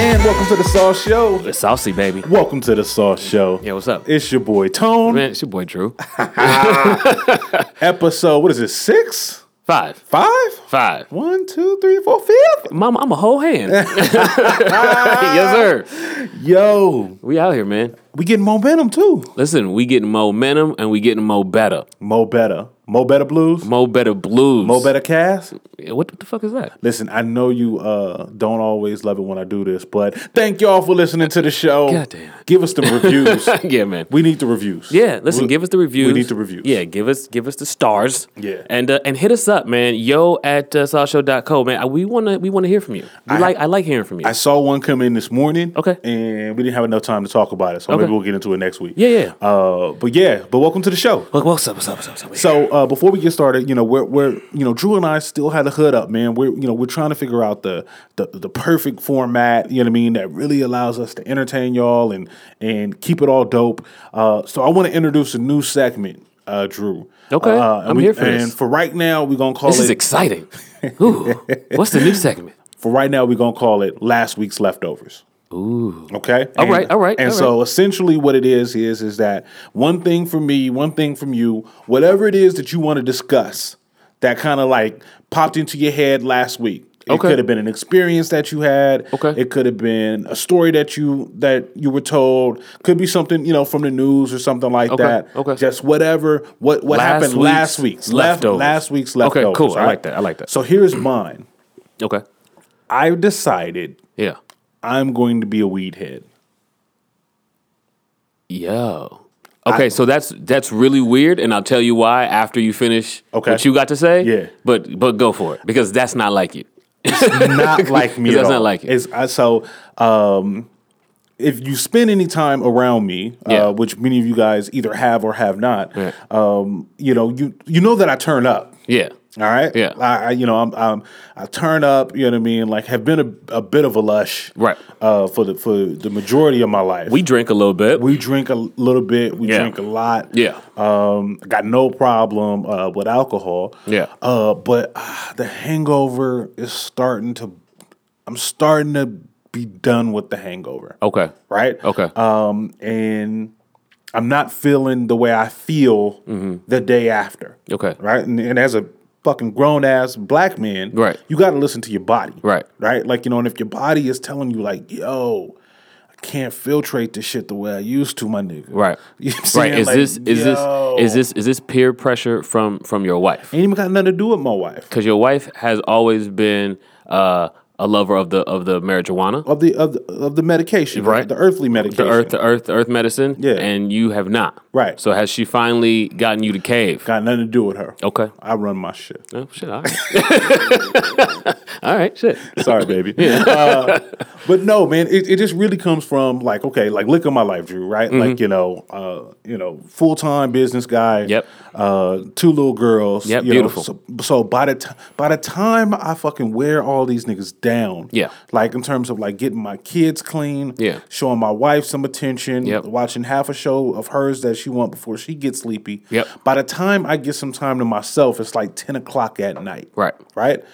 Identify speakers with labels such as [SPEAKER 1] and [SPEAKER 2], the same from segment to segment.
[SPEAKER 1] And welcome to the Saw Show.
[SPEAKER 2] It's saucy, baby.
[SPEAKER 1] Welcome to the Saw Show.
[SPEAKER 2] Yeah, what's up?
[SPEAKER 1] It's your boy Tone.
[SPEAKER 2] Man, it's your boy Drew.
[SPEAKER 1] Episode, what is it, six?
[SPEAKER 2] Five.
[SPEAKER 1] Five?
[SPEAKER 2] Five.
[SPEAKER 1] One, two, three, four, fifth.
[SPEAKER 2] Mama, I'm a whole hand. yes, sir.
[SPEAKER 1] Yo,
[SPEAKER 2] We out here, man.
[SPEAKER 1] we getting momentum too.
[SPEAKER 2] Listen, we getting momentum and we getting mo better.
[SPEAKER 1] Mo better. Mo better blues.
[SPEAKER 2] Mo better blues.
[SPEAKER 1] Mo better cast.
[SPEAKER 2] Yeah, What, what the fuck is that?
[SPEAKER 1] Listen, I know you uh, don't always love it when I do this, but thank y'all for listening to the show.
[SPEAKER 2] God damn.
[SPEAKER 1] Give us the reviews.
[SPEAKER 2] yeah, man.
[SPEAKER 1] we need the reviews.
[SPEAKER 2] Yeah, listen,
[SPEAKER 1] We-
[SPEAKER 2] give us the reviews.
[SPEAKER 1] We need the reviews.
[SPEAKER 2] Yeah, give us give us the stars.
[SPEAKER 1] Yeah.
[SPEAKER 2] And uh, and hit us up, man. Yo at uh, sawshow.co, man. I- We wanna we wanna hear from you. We like I like hearing from you.
[SPEAKER 1] I saw one come in this morning.
[SPEAKER 2] Okay.
[SPEAKER 1] And we didn't have enough time to talk about it, so
[SPEAKER 2] Okay.
[SPEAKER 1] maybe we'll get into it next week.
[SPEAKER 2] Yeah, yeah.
[SPEAKER 1] Uh, but yeah, but welcome to the show.
[SPEAKER 2] What- what's up, what's up, what's up, what's up?
[SPEAKER 1] So uh, before we get started, you know, we're, we're you know Drew and I still had the hood up, man. We're you know we're trying to figure out the, the the perfect format, you know what I mean, that really allows us to entertain y'all and and keep it all dope. Uh, so I want to introduce a new segment, uh, Drew.
[SPEAKER 2] Okay,
[SPEAKER 1] uh, and
[SPEAKER 2] I'm here for
[SPEAKER 1] and
[SPEAKER 2] this.
[SPEAKER 1] for right now, we're gonna call
[SPEAKER 2] This is
[SPEAKER 1] it.
[SPEAKER 2] exciting. Ooh, what's the new segment?
[SPEAKER 1] for right now, we're gonna call it last week's leftovers. Ooh. Okay.
[SPEAKER 2] All
[SPEAKER 1] All right.
[SPEAKER 2] right, all right,
[SPEAKER 1] And
[SPEAKER 2] all
[SPEAKER 1] so essentially, what it is is is that one thing from me, one thing from you, whatever it is that you want to discuss, that kind of like popped into your head last week. It
[SPEAKER 2] Okay.
[SPEAKER 1] could have been an experience that you had.
[SPEAKER 2] Okay.
[SPEAKER 1] It could have been a story that you that you were told. Could be something you know from the news or something like
[SPEAKER 2] Okay,
[SPEAKER 1] that.
[SPEAKER 2] okay.
[SPEAKER 1] Just whatever. What what
[SPEAKER 2] Last
[SPEAKER 1] happened
[SPEAKER 2] week's
[SPEAKER 1] last week's left-
[SPEAKER 2] leftovers.
[SPEAKER 1] last week's
[SPEAKER 2] Okay,
[SPEAKER 1] leftovers.
[SPEAKER 2] cool.
[SPEAKER 1] all
[SPEAKER 2] I like that, I like that.
[SPEAKER 1] So here's mine.
[SPEAKER 2] Okay.
[SPEAKER 1] I've decided
[SPEAKER 2] Yeah.
[SPEAKER 1] I'm going to be a weed head.
[SPEAKER 2] Yo. Okay, so that's that's really weird, and I'll tell you why after you finish
[SPEAKER 1] Okay.
[SPEAKER 2] what you got to say.
[SPEAKER 1] Yeah.
[SPEAKER 2] But but go for it because that's not like you.
[SPEAKER 1] Not like me. at
[SPEAKER 2] That's not
[SPEAKER 1] all.
[SPEAKER 2] like it.
[SPEAKER 1] It's, I, so, um, if you spend any time around me,
[SPEAKER 2] Yeah.
[SPEAKER 1] uh, which many of you guys either have or have not,
[SPEAKER 2] Right.
[SPEAKER 1] um, you know, you you know that I turn up.
[SPEAKER 2] Yeah.
[SPEAKER 1] All right.
[SPEAKER 2] Yeah.
[SPEAKER 1] I, I you know I'm, I'm I turn up. You know what I mean. Like have been a, a bit of a lush.
[SPEAKER 2] Right.
[SPEAKER 1] Uh, for the for the majority of my life.
[SPEAKER 2] We drink a little bit.
[SPEAKER 1] we drink a little bit. We
[SPEAKER 2] Yeah.
[SPEAKER 1] drink a lot.
[SPEAKER 2] yeah.
[SPEAKER 1] Um, got no problem uh, with alcohol.
[SPEAKER 2] Yeah.
[SPEAKER 1] Uh, but ah, the hangover is starting to. I'm starting to be done with the hangover.
[SPEAKER 2] Okay.
[SPEAKER 1] Right.
[SPEAKER 2] Oh. Okay.
[SPEAKER 1] Um, and I'm not feeling the way I feel
[SPEAKER 2] Mm-hmm.
[SPEAKER 1] the day after.
[SPEAKER 2] Okay.
[SPEAKER 1] Right. And, and as a fucking grown ass black man,
[SPEAKER 2] Right.
[SPEAKER 1] You got to listen to your body.
[SPEAKER 2] Right.
[SPEAKER 1] Right. Like you know, and if your body is telling you like, yo. I Can't filtrate this shit the way I used to, my nigga.
[SPEAKER 2] Right.
[SPEAKER 1] You know what I'm
[SPEAKER 2] Right.
[SPEAKER 1] saying?
[SPEAKER 2] Is
[SPEAKER 1] Like,
[SPEAKER 2] this is
[SPEAKER 1] yo.
[SPEAKER 2] this is this is this peer pressure from from your wife?
[SPEAKER 1] Ain't even got nothing to do with my wife.
[SPEAKER 2] Because your wife has always been uh, a lover of the of the marijuana.
[SPEAKER 1] Of the of the, of the medication,
[SPEAKER 2] Right.
[SPEAKER 1] The earthly medication.
[SPEAKER 2] the earth, the earth, the earth medicine.
[SPEAKER 1] Yeah.
[SPEAKER 2] And you have not.
[SPEAKER 1] Right.
[SPEAKER 2] So has she finally gotten you to cave?
[SPEAKER 1] Got nothing to do with her.
[SPEAKER 2] okay.
[SPEAKER 1] I run my shit.
[SPEAKER 2] Oh, shit. All right. all right. Shit.
[SPEAKER 1] Sorry, baby. Uh, but no, man, it, it just really comes from like, okay, like look at my life, Drew, right?
[SPEAKER 2] Mm-hmm.
[SPEAKER 1] Like, you know, uh, you know, full time business guy.
[SPEAKER 2] Yep.
[SPEAKER 1] Uh, two little girls.
[SPEAKER 2] Yep,
[SPEAKER 1] you know,
[SPEAKER 2] beautiful.
[SPEAKER 1] so, so by the time by the time I fucking wear all these niggas down,
[SPEAKER 2] Yeah.
[SPEAKER 1] Like in terms of like getting my kids clean,
[SPEAKER 2] Yeah.
[SPEAKER 1] showing my wife some attention,
[SPEAKER 2] Yep.
[SPEAKER 1] watching half a show of hers that she want before she gets sleepy.
[SPEAKER 2] Yep.
[SPEAKER 1] By the time I get some time to myself, it's like ten o'clock at night
[SPEAKER 2] Right.
[SPEAKER 1] right?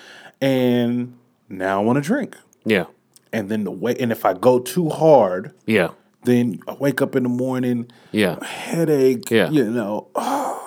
[SPEAKER 1] And now I want to drink.
[SPEAKER 2] Yeah.
[SPEAKER 1] And then the way, and if I go too hard,
[SPEAKER 2] Yeah.
[SPEAKER 1] then I wake up in the morning,
[SPEAKER 2] Yeah.
[SPEAKER 1] headache,
[SPEAKER 2] Yeah.
[SPEAKER 1] you know.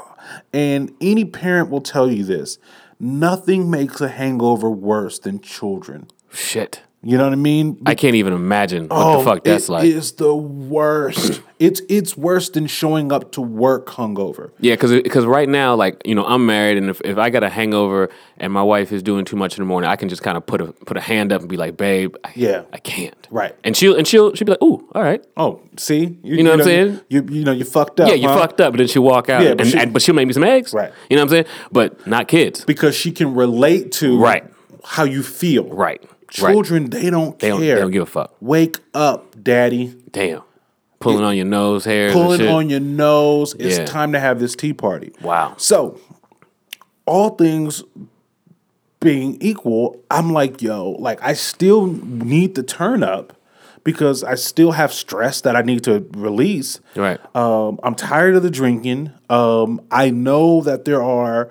[SPEAKER 1] And any parent will tell you this: nothing makes a hangover worse than children.
[SPEAKER 2] Shit.
[SPEAKER 1] You know what I mean?
[SPEAKER 2] I can't even imagine what the fuck that's
[SPEAKER 1] Oh, it
[SPEAKER 2] like.
[SPEAKER 1] is the worst. it's it's worse than showing up to work hungover.
[SPEAKER 2] Yeah, because right now, like you know, I'm married, and if, if I got a hangover and my wife is doing too much in the morning, I can just kind of put a put a hand up and be like, "Babe, I,
[SPEAKER 1] Yeah.
[SPEAKER 2] I can't."
[SPEAKER 1] Right.
[SPEAKER 2] And she'll and she'll she'll be like, "Ooh, all right,
[SPEAKER 1] Oh, see, you,
[SPEAKER 2] know what I'm saying?
[SPEAKER 1] You you know you fucked up.
[SPEAKER 2] yeah, you
[SPEAKER 1] huh?
[SPEAKER 2] fucked up." But then she'll walk out,
[SPEAKER 1] Uh-huh. Yeah,
[SPEAKER 2] and,
[SPEAKER 1] but
[SPEAKER 2] and- but,
[SPEAKER 1] she-
[SPEAKER 2] she'll make me some eggs,
[SPEAKER 1] Right.
[SPEAKER 2] You know what I'm saying? But not kids,
[SPEAKER 1] because she can relate to
[SPEAKER 2] Right.
[SPEAKER 1] how you feel.
[SPEAKER 2] right? right.
[SPEAKER 1] Children, they don't
[SPEAKER 2] They
[SPEAKER 1] care.
[SPEAKER 2] don't, they don't give a fuck.
[SPEAKER 1] Wake up, daddy.
[SPEAKER 2] Damn, pulling on your nose hairs, and
[SPEAKER 1] Pulling
[SPEAKER 2] shit.
[SPEAKER 1] on your nose. It's
[SPEAKER 2] Yeah.
[SPEAKER 1] time to have this tea party.
[SPEAKER 2] Wow.
[SPEAKER 1] So, all things being equal, I'm like, yo, like I still need to turn up because I still have stress that I need to release.
[SPEAKER 2] Right.
[SPEAKER 1] Um, I'm tired of the drinking. Um, I know that there are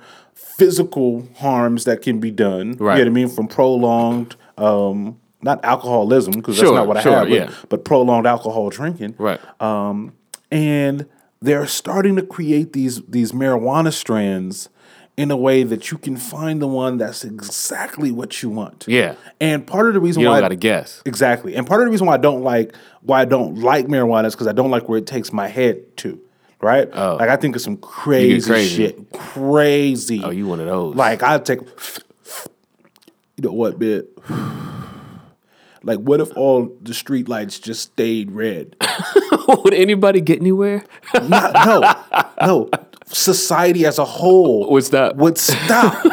[SPEAKER 1] physical harms that can be done.
[SPEAKER 2] Right.
[SPEAKER 1] You know what I mean? From prolonged, um, not alcoholism, because
[SPEAKER 2] Sure,
[SPEAKER 1] that's not what
[SPEAKER 2] sure,
[SPEAKER 1] I have, but,
[SPEAKER 2] yeah.
[SPEAKER 1] but prolonged alcohol drinking.
[SPEAKER 2] Right.
[SPEAKER 1] Um, and they're starting to create these these marijuana strands in a way that you can find the one that's exactly what you want.
[SPEAKER 2] Yeah.
[SPEAKER 1] And part of the reason
[SPEAKER 2] You
[SPEAKER 1] why
[SPEAKER 2] don't got to guess.
[SPEAKER 1] Exactly. And part of the reason why I don't like why I don't like marijuana is because I don't like where it takes my head to. Right? Like I think of some crazy,
[SPEAKER 2] Oh. crazy.
[SPEAKER 1] shit. Crazy.
[SPEAKER 2] Oh, you one of those.
[SPEAKER 1] Like I take you know what, man? Like what if all the street lights just stayed red?
[SPEAKER 2] would anybody get anywhere?
[SPEAKER 1] Not, no, no. Society as a whole
[SPEAKER 2] Would stop.
[SPEAKER 1] would stop.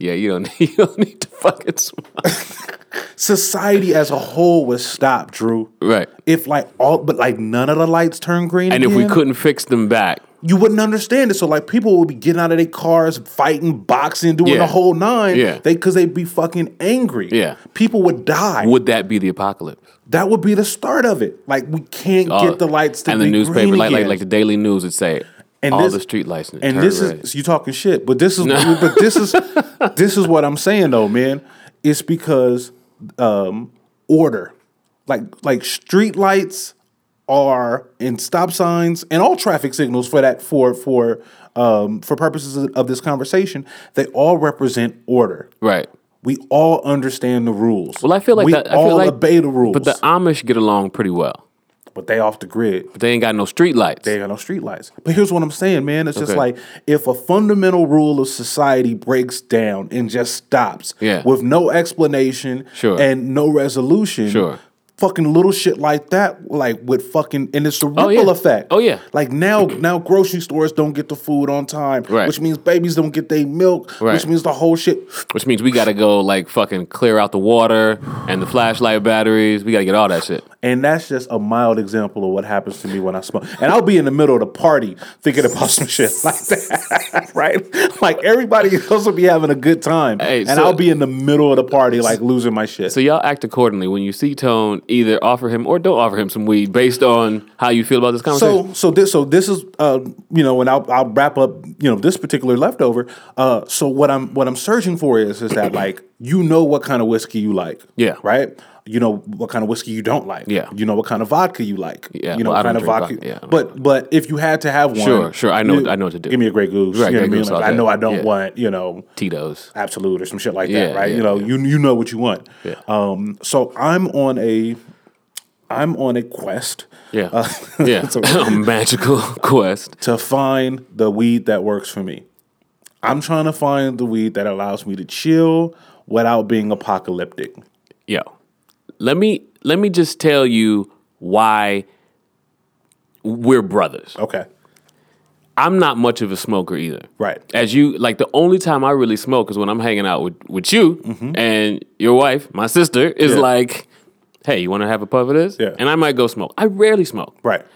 [SPEAKER 2] Yeah, you don't. You don't need to fucking. smoke.
[SPEAKER 1] Society as a whole would stop, Drew.
[SPEAKER 2] Right.
[SPEAKER 1] If like all but like none of the lights turn green.
[SPEAKER 2] And if we
[SPEAKER 1] again,
[SPEAKER 2] couldn't fix them back,
[SPEAKER 1] you wouldn't understand it. So like people would be getting out of their cars, fighting, boxing, doing
[SPEAKER 2] Yeah.
[SPEAKER 1] the whole nine.
[SPEAKER 2] Yeah.
[SPEAKER 1] They cause they'd be fucking angry.
[SPEAKER 2] Yeah.
[SPEAKER 1] People would die.
[SPEAKER 2] would that be the apocalypse?
[SPEAKER 1] that would be the start of it. Like we can't
[SPEAKER 2] Oh,
[SPEAKER 1] get the lights to
[SPEAKER 2] and
[SPEAKER 1] be
[SPEAKER 2] the newspaper,
[SPEAKER 1] green
[SPEAKER 2] like, like
[SPEAKER 1] again.
[SPEAKER 2] like the Daily News would say,
[SPEAKER 1] And
[SPEAKER 2] all
[SPEAKER 1] this-
[SPEAKER 2] the street lights. And
[SPEAKER 1] and this is you talking shit, but this is but this is this is what I'm saying though, man. It's because um order. Like like street lights are and stop signs and all traffic signals for that for for um for purposes of- of this conversation, they all represent order.
[SPEAKER 2] right.
[SPEAKER 1] We all understand the rules.
[SPEAKER 2] Well, I feel like
[SPEAKER 1] we
[SPEAKER 2] that, I feel
[SPEAKER 1] all
[SPEAKER 2] like,
[SPEAKER 1] obey the rules,
[SPEAKER 2] But the Amish get along pretty well.
[SPEAKER 1] but they off the grid.
[SPEAKER 2] But they ain't got no street lights.
[SPEAKER 1] They got no streetlights. But here's what I'm saying, man. It's just
[SPEAKER 2] Okay.
[SPEAKER 1] like if a fundamental rule of society breaks down and just stops
[SPEAKER 2] Yeah.
[SPEAKER 1] with no explanation
[SPEAKER 2] Sure.
[SPEAKER 1] and no resolution.
[SPEAKER 2] Sure.
[SPEAKER 1] Fucking little shit like that, like with fucking, and it's a ripple
[SPEAKER 2] yeah.
[SPEAKER 1] effect.
[SPEAKER 2] Oh, yeah.
[SPEAKER 1] Like now, now grocery stores don't get the food on time,
[SPEAKER 2] Right.
[SPEAKER 1] which means babies don't get their milk,
[SPEAKER 2] Right.
[SPEAKER 1] which means the whole shit.
[SPEAKER 2] Which means we gotta go like fucking clear out the water and the flashlight batteries. We gotta get all that shit.
[SPEAKER 1] And that's just a mild example of what happens to me when I smoke. And I'll be in the middle of the party thinking about some shit like that, right? Like everybody else will be having a good time,
[SPEAKER 2] Hey,
[SPEAKER 1] and
[SPEAKER 2] so-
[SPEAKER 1] I'll be in the middle of the party like losing my shit.
[SPEAKER 2] So y'all act accordingly. When you see Tone, either offer him or don't offer him some weed based on how you feel about this conversation.
[SPEAKER 1] So, so this, so this is, uh, you know, and I'll, I'll wrap up, you know, this particular leftover. Uh, so what I'm, what I'm searching for is, is that like, you know, what kind of whiskey you like,
[SPEAKER 2] Yeah.
[SPEAKER 1] right? You know what kind of whiskey you don't like,
[SPEAKER 2] Yeah.
[SPEAKER 1] You know what kind of vodka you like,
[SPEAKER 2] Yeah,
[SPEAKER 1] You know
[SPEAKER 2] well, I
[SPEAKER 1] what kind
[SPEAKER 2] don't
[SPEAKER 1] of
[SPEAKER 2] drink
[SPEAKER 1] vodka,
[SPEAKER 2] vodka, yeah, I don't
[SPEAKER 1] But, but if you had to have one,
[SPEAKER 2] Sure, sure, I know-
[SPEAKER 1] you-
[SPEAKER 2] I know what to do.
[SPEAKER 1] Give me a Grey Goose,
[SPEAKER 2] Right,
[SPEAKER 1] you know what
[SPEAKER 2] Grey
[SPEAKER 1] I mean?
[SPEAKER 2] Goose all
[SPEAKER 1] Like, I
[SPEAKER 2] day.
[SPEAKER 1] know I don't
[SPEAKER 2] Yeah.
[SPEAKER 1] want, you know,
[SPEAKER 2] Tito's.
[SPEAKER 1] absolute or some shit like
[SPEAKER 2] Yeah,
[SPEAKER 1] that, right?
[SPEAKER 2] yeah,
[SPEAKER 1] you know,
[SPEAKER 2] yeah.
[SPEAKER 1] you you know what you want.
[SPEAKER 2] Yeah.
[SPEAKER 1] Um, so I'm on a, I'm on a quest.
[SPEAKER 2] Yeah.
[SPEAKER 1] Uh,
[SPEAKER 2] yeah.
[SPEAKER 1] so-
[SPEAKER 2] Magical quest.
[SPEAKER 1] to find the weed that works for me. I'm trying to find the weed that allows me to chill without being apocalyptic.
[SPEAKER 2] Yo. Let me let me just tell you why we're brothers.
[SPEAKER 1] Okay.
[SPEAKER 2] I'm not much of a smoker either.
[SPEAKER 1] Right.
[SPEAKER 2] As you like the only time I really smoke is when I'm hanging out with, with you and your wife, my sister, is
[SPEAKER 1] Mm-hmm. Yeah.
[SPEAKER 2] like, Hey, you wanna have a puff of this?
[SPEAKER 1] Yeah.
[SPEAKER 2] And I might go smoke. I rarely smoke.
[SPEAKER 1] Right.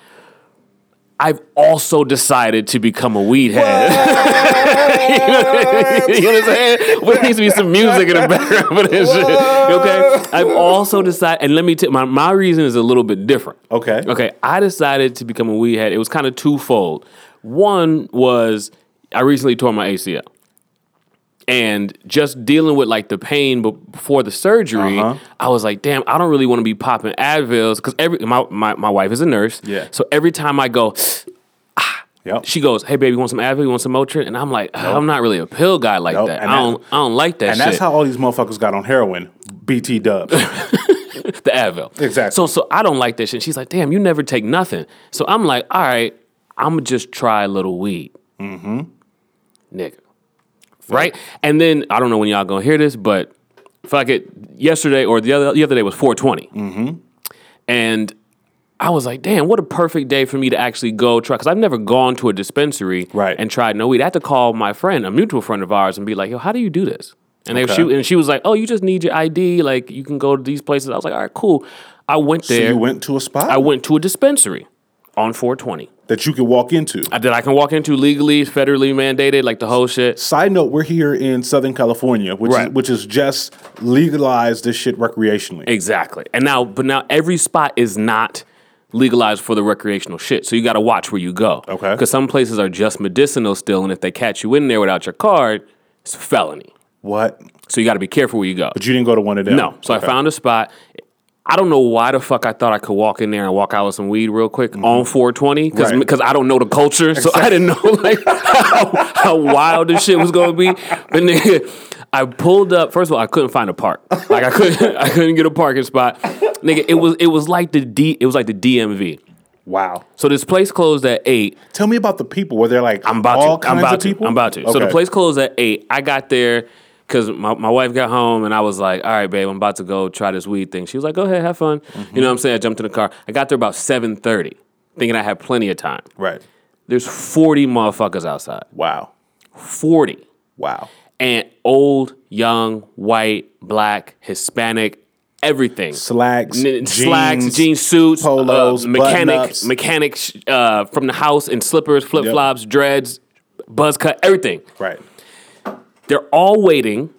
[SPEAKER 2] I've also decided to become a weed head. you know what I'm saying? Well, there needs to be some music in the background for this shit. Okay. I've also decided, and let me tell my my reason is a little bit different.
[SPEAKER 1] Okay.
[SPEAKER 2] Okay. I decided to become a weed head. It was kind of twofold. One was I recently tore my ACL. And just dealing with like the pain be- before the surgery,
[SPEAKER 1] Uh-huh.
[SPEAKER 2] I was like, "Damn, I don't really want to be popping Advils because every my, my my wife is a nurse,
[SPEAKER 1] Yeah.
[SPEAKER 2] So every time I go,
[SPEAKER 1] Yep.
[SPEAKER 2] she goes, "Hey, baby, you want some Advil? You want some Motrin?" And I'm like, "I'm not really a pill guy like
[SPEAKER 1] Nope.
[SPEAKER 2] that.
[SPEAKER 1] And
[SPEAKER 2] I
[SPEAKER 1] that-
[SPEAKER 2] don't, I don't like that."
[SPEAKER 1] and
[SPEAKER 2] shit.
[SPEAKER 1] that's how all these motherfuckers got on heroin. BT dubs.
[SPEAKER 2] the Advil.
[SPEAKER 1] Exactly.
[SPEAKER 2] So, so I don't like that shit. She's like, "Damn, you never take nothing." So I'm like, "All right, I'm gonna just try a little weed." Mm-hmm. Nigga, right? And then I don't know when y'all gonna hear this, but fuck it. Yesterday or the other the other day was 420. Mm-hmm. And I was like, damn, what a perfect day for me to actually go try. Because I've never gone to a dispensary
[SPEAKER 1] Right.
[SPEAKER 2] and tried no weed. I had to call my friend, a mutual friend of ours, and be like, yo, how do you do this? And, they,
[SPEAKER 1] Okay.
[SPEAKER 2] she, and she was like, oh, you just need your ID. Like, you can go to these places. I was like, all right, cool. I went
[SPEAKER 1] so
[SPEAKER 2] there.
[SPEAKER 1] you went to a spot?
[SPEAKER 2] I went to a dispensary. on 420
[SPEAKER 1] that you can walk into.
[SPEAKER 2] uh, that I can walk into legally, federally mandated, like the whole shit.
[SPEAKER 1] Side note: We're here in Southern California, which
[SPEAKER 2] Right.
[SPEAKER 1] is, which is just legalized this shit recreationally.
[SPEAKER 2] Exactly. And now, but now every spot is not legalized for the recreational shit. So you got to watch where you go.
[SPEAKER 1] Okay.
[SPEAKER 2] Because some places are just medicinal still, and if they catch you in there without your card, it's a felony.
[SPEAKER 1] What?
[SPEAKER 2] So you got to be careful where you go.
[SPEAKER 1] But you didn't go to one of them.
[SPEAKER 2] No. So I found a spot. I don't know why the fuck I thought I could walk in there and walk out with some weed real quick on 420 because
[SPEAKER 1] Right.
[SPEAKER 2] I don't know the culture, so I didn't know like how, how wild this shit was gonna be. But nigga, I pulled up. First of all, I couldn't find a park. Like I couldn't, I couldn't get a parking spot. Nigga, it was it was like the D, it was like the DMV.
[SPEAKER 1] Wow.
[SPEAKER 2] So this place closed at eight.
[SPEAKER 1] Tell me about the people. Were there like
[SPEAKER 2] I'm about
[SPEAKER 1] all
[SPEAKER 2] to.
[SPEAKER 1] kinds
[SPEAKER 2] I'm about
[SPEAKER 1] of
[SPEAKER 2] to.
[SPEAKER 1] people?
[SPEAKER 2] I'm about to. So the
[SPEAKER 1] Okay.
[SPEAKER 2] place closed at eight. I got there because my, my wife got home and I was like, all right, babe, I'm about to go try this weed thing. She was like, go ahead, have fun. You know what I'm saying? I jumped in the car. I got there about 7:30, thinking I had plenty of time.
[SPEAKER 1] Right.
[SPEAKER 2] There's 40 motherfuckers outside.
[SPEAKER 1] Wow.
[SPEAKER 2] 40.
[SPEAKER 1] Wow.
[SPEAKER 2] And old, young, white, black, Hispanic, everything.
[SPEAKER 1] Slacks,
[SPEAKER 2] N-
[SPEAKER 1] jeans,
[SPEAKER 2] slacks, jean suits,
[SPEAKER 1] polos,
[SPEAKER 2] uh, mechanic,
[SPEAKER 1] button-ups.
[SPEAKER 2] mechanic sh- uh, from the house in slippers, flip flops, dreads, buzz cut, everything.
[SPEAKER 1] Right.
[SPEAKER 2] They're all waiting,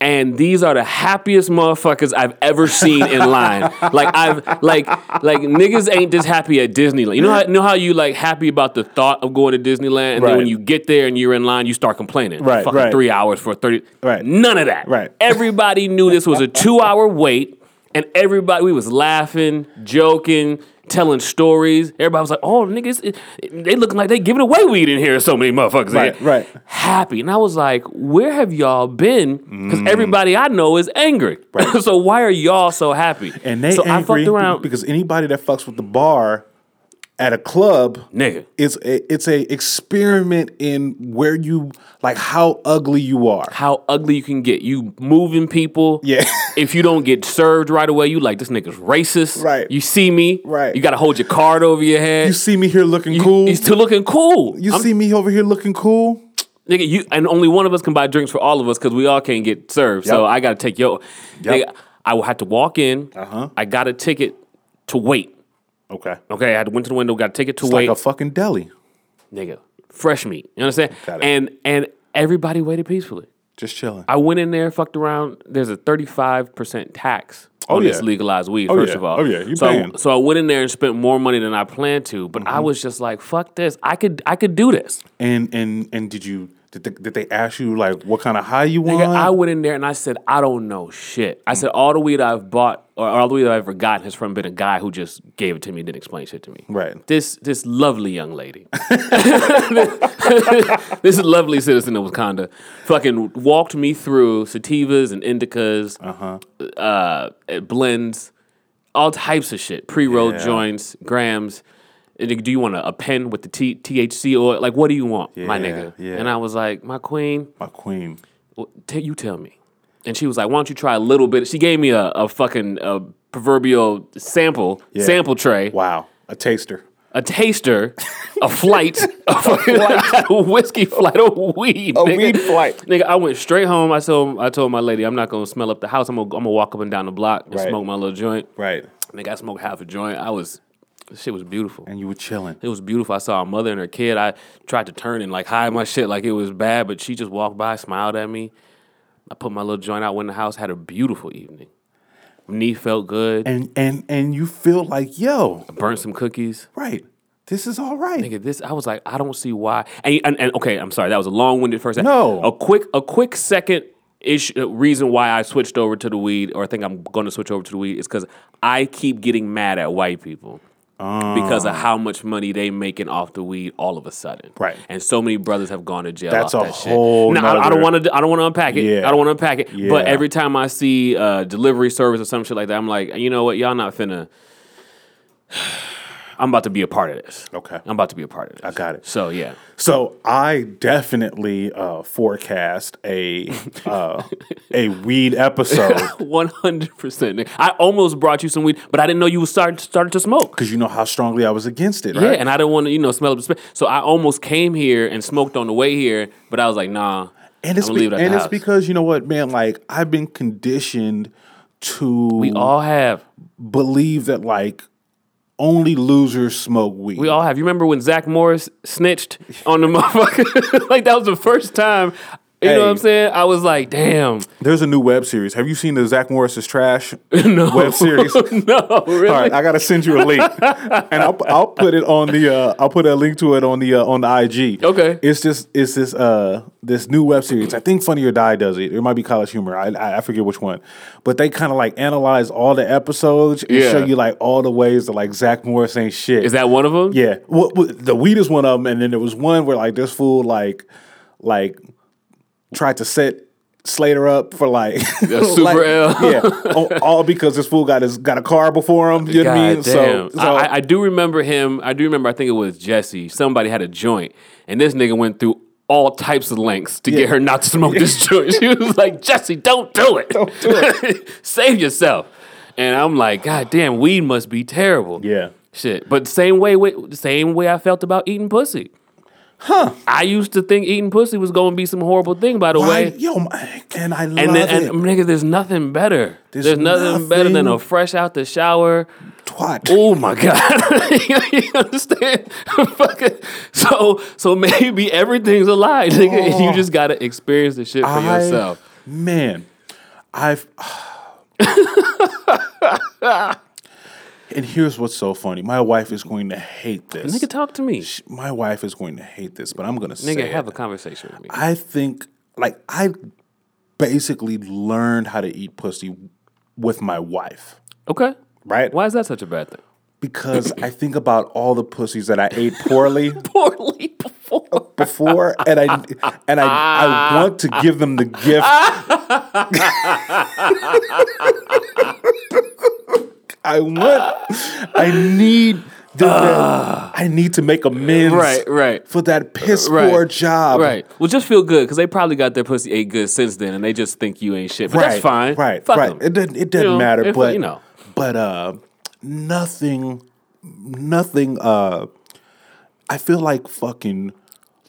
[SPEAKER 2] and these are the happiest motherfuckers I've ever seen in line. like I've like like niggas ain't this happy at Disneyland. You know how know how you like happy about the thought of going to Disneyland, and then when
[SPEAKER 1] Right.
[SPEAKER 2] you get there and you're in line, you start complaining.
[SPEAKER 1] Right,
[SPEAKER 2] fucking
[SPEAKER 1] right.
[SPEAKER 2] three hours for thirty.
[SPEAKER 1] Right.
[SPEAKER 2] none of that.
[SPEAKER 1] Right.
[SPEAKER 2] everybody knew this was a two hour wait, and everybody we was laughing, joking. Telling stories, everybody was like, "Oh, niggas, it- it- they looking like they giving away weed in here." So many motherfuckers, in
[SPEAKER 1] Right,
[SPEAKER 2] here."
[SPEAKER 1] right.
[SPEAKER 2] happy. And I was like, where have y'all been? Because
[SPEAKER 1] Mm.
[SPEAKER 2] everybody I know is angry. so why are y'all so happy?
[SPEAKER 1] And they
[SPEAKER 2] so I
[SPEAKER 1] angry
[SPEAKER 2] fucked around.
[SPEAKER 1] because anybody that fucks with the bar at a club
[SPEAKER 2] Nigga.
[SPEAKER 1] is a, it's a experiment in where you like how ugly you are.
[SPEAKER 2] How ugly you can get. You moving people.
[SPEAKER 1] Yeah.
[SPEAKER 2] if you don't get served right away, you like this nigga's racist.
[SPEAKER 1] Right.
[SPEAKER 2] You see me.
[SPEAKER 1] Right.
[SPEAKER 2] You gotta hold your card over your head.
[SPEAKER 1] You see me here looking cool.
[SPEAKER 2] He's still looking cool.
[SPEAKER 1] you see me over here looking cool.
[SPEAKER 2] Nigga, you and only one of us can buy drinks for all of us because we all can't get served. So
[SPEAKER 1] Yep.
[SPEAKER 2] I gotta take your.
[SPEAKER 1] Yep.
[SPEAKER 2] Nigga, I will have to walk in. Uh-huh. I got a ticket to wait.
[SPEAKER 1] Okay.
[SPEAKER 2] Okay, I had went to the window, got a ticket to wait.
[SPEAKER 1] Like a fucking deli.
[SPEAKER 2] nigga, fresh meat. You understand?
[SPEAKER 1] Got it.
[SPEAKER 2] And and everybody waited peacefully.
[SPEAKER 1] Just chilling.
[SPEAKER 2] I went in there, fucked around. There's a 35% tax
[SPEAKER 1] Oh,
[SPEAKER 2] on this
[SPEAKER 1] yeah.
[SPEAKER 2] legalized weed, first
[SPEAKER 1] yeah.
[SPEAKER 2] of all.
[SPEAKER 1] Oh, yeah. You
[SPEAKER 2] so, I,
[SPEAKER 1] paying. Mm-hmm.
[SPEAKER 2] so I went in there and spent more money than I planned to, but I was just like, fuck this. I could I could do this.
[SPEAKER 1] and and and did you did they, did they ask you like what kind of high you want?
[SPEAKER 2] Nigga, I went in there and I said, I don't know shit. I said, all the weed I've bought or all the weed I've ever gotten has from been a guy who just gave it to me and didn't explain shit to me.
[SPEAKER 1] Right.
[SPEAKER 2] This this lovely young lady. this lovely citizen of Wakanda fucking walked me through sativas and indicas, uh-huh. blends, all types of shit, pre rolled
[SPEAKER 1] Yeah.
[SPEAKER 2] joints, grams. And nigga, do you want a, a pen with the T- THC oil? Like, what do you want, my
[SPEAKER 1] Yeah,
[SPEAKER 2] nigga?
[SPEAKER 1] yeah.
[SPEAKER 2] And I was like, my queen,
[SPEAKER 1] My queen.
[SPEAKER 2] well, t- you tell me. And she was like, why don't you try a little bit? She gave me a, a fucking uh proverbial sample, sample tray
[SPEAKER 1] Wow. A taster.
[SPEAKER 2] a taster, a flight, a, fucking, a whiskey flight, a weed, a
[SPEAKER 1] weed flight.
[SPEAKER 2] Nigga, I went straight home. I told I told my lady, I'm not gonna smell up the house. I'm gonna, I'm gonna walk up and down the block and
[SPEAKER 1] Right.
[SPEAKER 2] smoke my little joint.
[SPEAKER 1] Right.
[SPEAKER 2] Nigga, I smoked half a joint. I was, this shit was beautiful.
[SPEAKER 1] And you were chilling.
[SPEAKER 2] It was beautiful. I saw a mother and her kid. I tried to turn and like hide my shit like it was bad, but she just walked by, smiled at me. I put my little joint out, went in the house, had a beautiful evening. Knee felt good.
[SPEAKER 1] And and and you feel like, yo,
[SPEAKER 2] Burnt some cookies.
[SPEAKER 1] right. This is all right.
[SPEAKER 2] Nigga, this I was like, I don't see why. And, and, and okay, I'm sorry, that was a long winded first.
[SPEAKER 1] No.
[SPEAKER 2] a quick a quick second ish uh, reason why I switched over to the weed, or I think I'm going to switch over to the weed, is because I keep getting mad at white people. Because
[SPEAKER 1] Ah.
[SPEAKER 2] of how much money they making off the weed, all of a sudden,
[SPEAKER 1] Right.
[SPEAKER 2] And so many brothers have gone to jail.
[SPEAKER 1] That's
[SPEAKER 2] off
[SPEAKER 1] a
[SPEAKER 2] that
[SPEAKER 1] whole
[SPEAKER 2] Shit. No, I, I don't
[SPEAKER 1] nother-
[SPEAKER 2] want to. I don't want to unpack it.
[SPEAKER 1] Yeah.
[SPEAKER 2] I don't want to unpack it. But
[SPEAKER 1] Yeah.
[SPEAKER 2] every time I see uh, delivery service or some shit like that, I'm like, you know what? Y'all not finna. I'm about to be a part of this.
[SPEAKER 1] Okay.
[SPEAKER 2] I'm about to be a part of this. I
[SPEAKER 1] got it.
[SPEAKER 2] So yeah.
[SPEAKER 1] So I definitely uh, forecast a uh, a weed episode
[SPEAKER 2] 100%. I almost brought you some weed, but I didn't know you was started started to smoke.
[SPEAKER 1] because you know how strongly I was against it,
[SPEAKER 2] Yeah,
[SPEAKER 1] right?
[SPEAKER 2] and I didn't want to, you know, smell up the smoke. So I almost came here and smoked on the way here, but I was like, nah.
[SPEAKER 1] and it's
[SPEAKER 2] I'm gonna
[SPEAKER 1] be-
[SPEAKER 2] leave it at
[SPEAKER 1] and
[SPEAKER 2] the
[SPEAKER 1] it's
[SPEAKER 2] house.
[SPEAKER 1] because you know what, man. Like I've been conditioned to
[SPEAKER 2] we all have.
[SPEAKER 1] believe that like Only losers smoke weed.
[SPEAKER 2] We all have. You remember when Zach Morris snitched on the motherfucker? like that was the first time. You
[SPEAKER 1] Hey.
[SPEAKER 2] know what I'm saying? I was like, damn.
[SPEAKER 1] There's a new web series. Have you seen the Zach Morris is trash web series?
[SPEAKER 2] no, really.
[SPEAKER 1] All right, I gotta send you a link, and I'll, I'll put it on the uh, I'll put a link to it on the uh, on the IG.
[SPEAKER 2] Okay.
[SPEAKER 1] it's just it's this uh this new web series. I think Funny or Die does it. It might be College Humor. I I, I forget which one, but they kind of like analyze all the episodes and
[SPEAKER 2] Yeah.
[SPEAKER 1] show you like all the ways that like Zach Morris ain't shit.
[SPEAKER 2] Is that one of them?
[SPEAKER 1] Yeah, well, well, the weed is one of them, and then there was one where like this fool like like tried to set Slater up for like
[SPEAKER 2] A super
[SPEAKER 1] like,
[SPEAKER 2] L.
[SPEAKER 1] yeah, all- all because this fool got his got a car before him. You know what I mean?
[SPEAKER 2] God damn.
[SPEAKER 1] So, so
[SPEAKER 2] I, I- I do remember him. I do remember. I think it was Jesse. Somebody had a joint, and this nigga went through all types of lengths to get her not to smoke this joint. She was like, Jesse, don't do it. Don't do it. Save yourself. And I'm like, God damn, weed must be terrible.
[SPEAKER 1] Yeah.
[SPEAKER 2] Shit. But same way, with, same way I felt about eating pussy. Huh. I used to think eating pussy was going to be some horrible thing. By the
[SPEAKER 1] why-
[SPEAKER 2] way,
[SPEAKER 1] yo, my- and I love
[SPEAKER 2] and then and,
[SPEAKER 1] it.
[SPEAKER 2] nigga, there's nothing better. There's, nothing, better than a
[SPEAKER 1] nothing-
[SPEAKER 2] fresh out the shower.
[SPEAKER 1] Twat.
[SPEAKER 2] Oh my god! you, you understand? Fucking- so so maybe everything's a lie, nigga. and you just gotta experience the shit for
[SPEAKER 1] Oh. I-
[SPEAKER 2] yourself.
[SPEAKER 1] Man, I've. and here's what's so funny. My wife is going to hate this.
[SPEAKER 2] Nigga, talk to me.
[SPEAKER 1] My wife is going to hate this, but I'm going to say
[SPEAKER 2] nigga,
[SPEAKER 1] it.
[SPEAKER 2] have a conversation with me.
[SPEAKER 1] I think like I basically learned how to eat pussy with my wife,
[SPEAKER 2] Okay.
[SPEAKER 1] right?
[SPEAKER 2] Why is that such a bad thing?
[SPEAKER 1] Because I think about all the pussies that I ate poorly
[SPEAKER 2] Poorly before.
[SPEAKER 1] before, and I and I, I want to give them the gift. I want. I need. The, I need to make amends,
[SPEAKER 2] Right, right.
[SPEAKER 1] for that piss
[SPEAKER 2] Right.
[SPEAKER 1] poor job,
[SPEAKER 2] Right. Well, just feel good because they probably got their pussy ate good since then, and they just think you ain't shit. But that's fine.
[SPEAKER 1] Right.
[SPEAKER 2] Fuck
[SPEAKER 1] right.
[SPEAKER 2] 'em.
[SPEAKER 1] It doesn't. It doesn't
[SPEAKER 2] You know,
[SPEAKER 1] matter.
[SPEAKER 2] if,
[SPEAKER 1] but
[SPEAKER 2] you know.
[SPEAKER 1] But uh, nothing. Nothing. Uh, I feel like fucking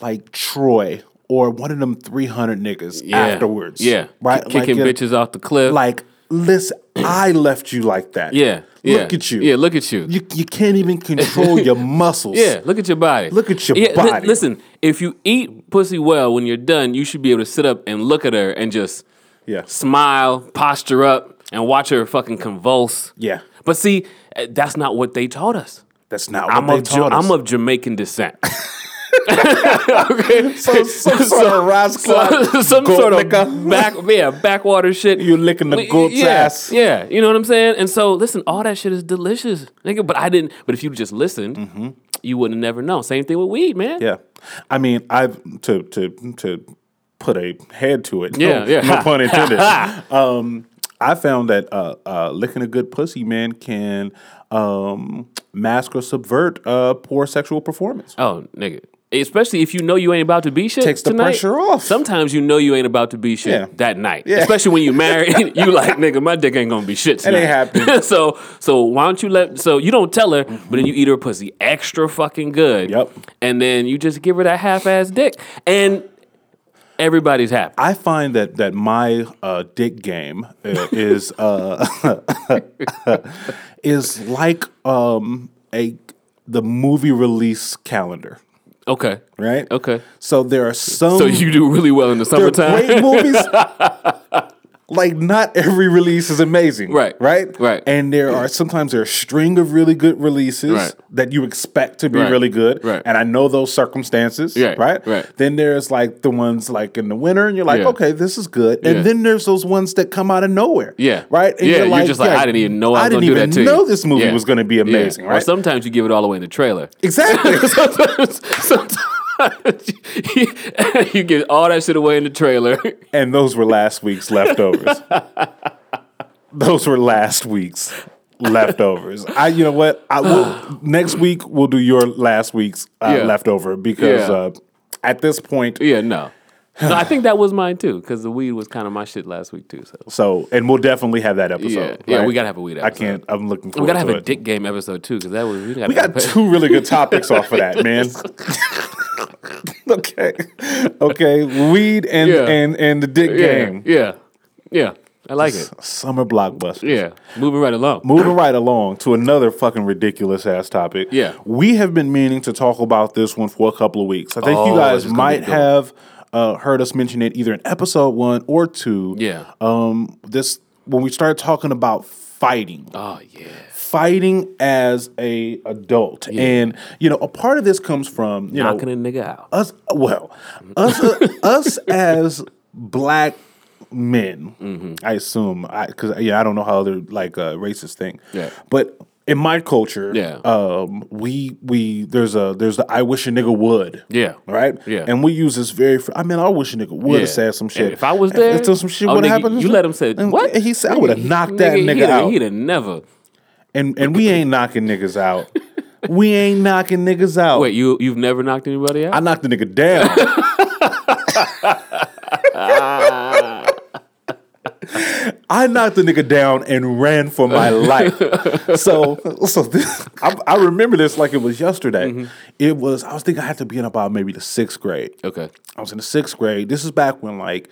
[SPEAKER 1] like Troy or one of them three hundred niggas
[SPEAKER 2] Yeah.
[SPEAKER 1] afterwards.
[SPEAKER 2] Yeah.
[SPEAKER 1] Right.
[SPEAKER 2] Right. Kicking
[SPEAKER 1] like, uh,
[SPEAKER 2] bitches off the cliff.
[SPEAKER 1] Like listen, I left you like that.
[SPEAKER 2] yeah. Yeah.
[SPEAKER 1] Look at you.
[SPEAKER 2] Yeah. Look at you.
[SPEAKER 1] You, you can't even control your muscles.
[SPEAKER 2] Yeah, look at your body.
[SPEAKER 1] Look at your
[SPEAKER 2] li-
[SPEAKER 1] body.
[SPEAKER 2] listen, if you eat pussy well when you're done, you should be able to sit up and look at her and just
[SPEAKER 1] Yeah.
[SPEAKER 2] smile, posture up, and watch her fucking convulse.
[SPEAKER 1] Yeah.
[SPEAKER 2] But see, eh, that's not what they taught us.
[SPEAKER 1] That's not what
[SPEAKER 2] I'm
[SPEAKER 1] they
[SPEAKER 2] of, Ja-
[SPEAKER 1] taught us.
[SPEAKER 2] I'm of Jamaican descent. okay.
[SPEAKER 1] so, some sort of rascal.
[SPEAKER 2] So- some
[SPEAKER 1] gold
[SPEAKER 2] sort of
[SPEAKER 1] licker.
[SPEAKER 2] back, yeah, backwater shit.
[SPEAKER 1] You licking the
[SPEAKER 2] Well,
[SPEAKER 1] goat's
[SPEAKER 2] yeah,
[SPEAKER 1] ass.
[SPEAKER 2] Yeah, you know what I'm saying. And so, listen, all that shit is delicious, nigga. But I didn't. But if you just listened, you would have never known. Same thing with weed, man.
[SPEAKER 1] Mm-hmm. Yeah, I mean, I've to to to put a head to it.
[SPEAKER 2] Yeah,
[SPEAKER 1] no,
[SPEAKER 2] yeah.
[SPEAKER 1] no pun intended. um, I found that uh, uh, licking a good pussy man can um, mask or subvert uh, poor sexual performance.
[SPEAKER 2] Oh, nigga. Especially if you know you ain't about to be shit.
[SPEAKER 1] Takes the
[SPEAKER 2] tonight.
[SPEAKER 1] pressure off.
[SPEAKER 2] Sometimes you know you ain't about to be shit
[SPEAKER 1] Yeah.
[SPEAKER 2] that night.
[SPEAKER 1] Yeah.
[SPEAKER 2] Especially when you married, you like nigga, my dick ain't gonna be shit. Tonight.
[SPEAKER 1] ain't happening.
[SPEAKER 2] so so why don't you let? So you don't tell her, but then you eat her pussy extra fucking good.
[SPEAKER 1] Yep.
[SPEAKER 2] And then you just give her that half ass dick, and everybody's happy.
[SPEAKER 1] I find that that my uh, dick game uh, is uh, is like um, a the movie release calendar,
[SPEAKER 2] Okay.
[SPEAKER 1] right?
[SPEAKER 2] Okay.
[SPEAKER 1] So there are some
[SPEAKER 2] So you do really well in the
[SPEAKER 1] They're
[SPEAKER 2] summertime.
[SPEAKER 1] great movies. like not every release is amazing.
[SPEAKER 2] Right.
[SPEAKER 1] Right?
[SPEAKER 2] Right.
[SPEAKER 1] And there are sometimes there are a string of really good releases
[SPEAKER 2] Right.
[SPEAKER 1] that you expect to be
[SPEAKER 2] Right.
[SPEAKER 1] really good.
[SPEAKER 2] Right.
[SPEAKER 1] And I know those circumstances.
[SPEAKER 2] Right.
[SPEAKER 1] Right.
[SPEAKER 2] Right.
[SPEAKER 1] Then there's like the ones like in the winter and you're like,
[SPEAKER 2] Yeah.
[SPEAKER 1] okay, this is good. And
[SPEAKER 2] Yeah.
[SPEAKER 1] then there's those ones that come out of nowhere.
[SPEAKER 2] Yeah.
[SPEAKER 1] Right. And
[SPEAKER 2] yeah. You're, just like, I didn't even know I, was
[SPEAKER 1] didn't
[SPEAKER 2] gonna
[SPEAKER 1] even
[SPEAKER 2] do that to
[SPEAKER 1] know
[SPEAKER 2] you.
[SPEAKER 1] this movie
[SPEAKER 2] Yeah.
[SPEAKER 1] was gonna be
[SPEAKER 2] Yeah.
[SPEAKER 1] amazing,
[SPEAKER 2] Or
[SPEAKER 1] right?
[SPEAKER 2] sometimes you give it all away in the trailer.
[SPEAKER 1] exactly.
[SPEAKER 2] sometimes, sometimes you, you get all that shit away in the trailer.
[SPEAKER 1] and those were last week's leftovers. those were last week's leftovers. I, you know what? I will, next week we'll do your last week's uh,
[SPEAKER 2] Yeah.
[SPEAKER 1] leftover because
[SPEAKER 2] Yeah.
[SPEAKER 1] uh, at this point,
[SPEAKER 2] Yeah, no. No, I think that was mine too, because the weed was kind of my shit last week too. So
[SPEAKER 1] so and we'll definitely have that episode.
[SPEAKER 2] yeah, yeah,
[SPEAKER 1] right?
[SPEAKER 2] we gotta have a weed.
[SPEAKER 1] I
[SPEAKER 2] Episode.
[SPEAKER 1] can't. I'm looking. Forward
[SPEAKER 2] We gotta have
[SPEAKER 1] to
[SPEAKER 2] a
[SPEAKER 1] it.
[SPEAKER 2] dick game episode too, because that was we gotta.
[SPEAKER 1] We got two really good topics off of that, man. okay, okay, weed and
[SPEAKER 2] Yeah.
[SPEAKER 1] and and the dick
[SPEAKER 2] yeah,
[SPEAKER 1] game. uh,
[SPEAKER 2] yeah, yeah. I like it.
[SPEAKER 1] Summer blockbuster.
[SPEAKER 2] Yeah, moving right along.
[SPEAKER 1] Moving right along to another fucking ridiculous ass topic.
[SPEAKER 2] Yeah.
[SPEAKER 1] We have been meaning to talk about this one for a couple of weeks. I think
[SPEAKER 2] Oh,
[SPEAKER 1] you
[SPEAKER 2] this
[SPEAKER 1] guys
[SPEAKER 2] is gonna be
[SPEAKER 1] might
[SPEAKER 2] good.
[SPEAKER 1] have uh, heard us mention it either in episode one or two.
[SPEAKER 2] Yeah.
[SPEAKER 1] Um, this when we started talking about fighting.
[SPEAKER 2] Oh yeah.
[SPEAKER 1] Fighting as a adult. And you know, a part of this comes from, you know,
[SPEAKER 2] knocking a nigga out.
[SPEAKER 1] us well us us as black men
[SPEAKER 2] Mm-hmm.
[SPEAKER 1] i assume i because yeah i don't know how other like uh racist thing
[SPEAKER 2] Yeah.
[SPEAKER 1] but in my culture
[SPEAKER 2] Yeah.
[SPEAKER 1] um we we there's a there's the i wish a nigga would
[SPEAKER 2] Yeah.
[SPEAKER 1] Right,
[SPEAKER 2] Yeah.
[SPEAKER 1] and we use this very. Fr- I mean, I wish a nigga would have said some shit.
[SPEAKER 2] If I was there,
[SPEAKER 1] if some shit
[SPEAKER 2] oh,
[SPEAKER 1] would
[SPEAKER 2] nigga,
[SPEAKER 1] have happened.
[SPEAKER 2] You let him say
[SPEAKER 1] and-
[SPEAKER 2] what?
[SPEAKER 1] and he said, I would have knocked that nigga
[SPEAKER 2] he'd
[SPEAKER 1] out.
[SPEAKER 2] He'd have never.
[SPEAKER 1] And and we ain't knocking niggas out. we ain't knocking niggas out.
[SPEAKER 2] Wait, you you've never knocked anybody out?
[SPEAKER 1] I knocked the nigga down. I knocked the nigga down and ran for my life. So, so this, I, I remember this like it was yesterday. It was. I was thinking I had to be in about maybe the sixth grade.
[SPEAKER 2] okay.
[SPEAKER 1] I was in the sixth grade. This is back when like,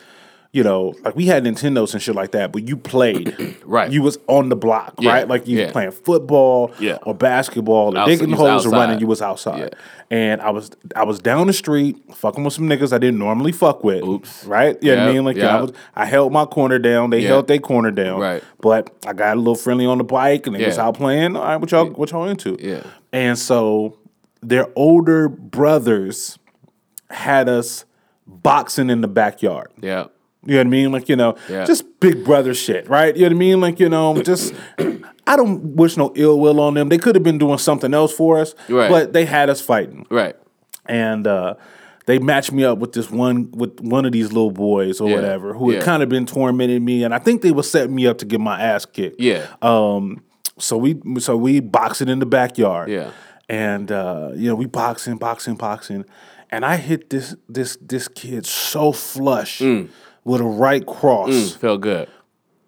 [SPEAKER 1] you know, like we had Nintendos and shit like that, but you played.
[SPEAKER 2] Right.
[SPEAKER 1] You was on the block,
[SPEAKER 2] Yeah,
[SPEAKER 1] right? Like you
[SPEAKER 2] yeah.
[SPEAKER 1] was playing football
[SPEAKER 2] Yeah.
[SPEAKER 1] or basketball or
[SPEAKER 2] Outside-
[SPEAKER 1] digging
[SPEAKER 2] you was
[SPEAKER 1] holes or running,
[SPEAKER 2] outside.
[SPEAKER 1] you was outside.
[SPEAKER 2] Yeah.
[SPEAKER 1] And I was I was down the street fucking with some niggas I didn't normally fuck with.
[SPEAKER 2] Oops.
[SPEAKER 1] Right? Yeah,
[SPEAKER 2] Yep,
[SPEAKER 1] I mean like yeah,
[SPEAKER 2] yep.
[SPEAKER 1] I was I held my corner down, they
[SPEAKER 2] Yeah.
[SPEAKER 1] held their corner down.
[SPEAKER 2] Right.
[SPEAKER 1] But I got a little friendly on the bike and they was
[SPEAKER 2] Yeah.
[SPEAKER 1] out playing. All right, what y'all what y'all into?
[SPEAKER 2] Yeah.
[SPEAKER 1] And so their older brothers had us boxing in the backyard.
[SPEAKER 2] Yeah.
[SPEAKER 1] You know what I mean? Like, you know,
[SPEAKER 2] Yeah.
[SPEAKER 1] just big brother shit, right? You know what I mean? Like, you know, just I don't wish no ill will on them. They could have been doing something else for us,
[SPEAKER 2] Right.
[SPEAKER 1] but they had us fighting.
[SPEAKER 2] Right.
[SPEAKER 1] And uh they matched me up with this one with one of these little boys or
[SPEAKER 2] Yeah.
[SPEAKER 1] whatever who had
[SPEAKER 2] Yeah.
[SPEAKER 1] kind of been tormenting me and I think they were setting me up to get my ass kicked.
[SPEAKER 2] Yeah.
[SPEAKER 1] Um, so we so we boxing in the backyard.
[SPEAKER 2] Yeah.
[SPEAKER 1] And uh, you know, we boxing, boxing, boxing. And I hit this this this kid so flush
[SPEAKER 2] Mm.
[SPEAKER 1] with a right cross,
[SPEAKER 2] Felt good.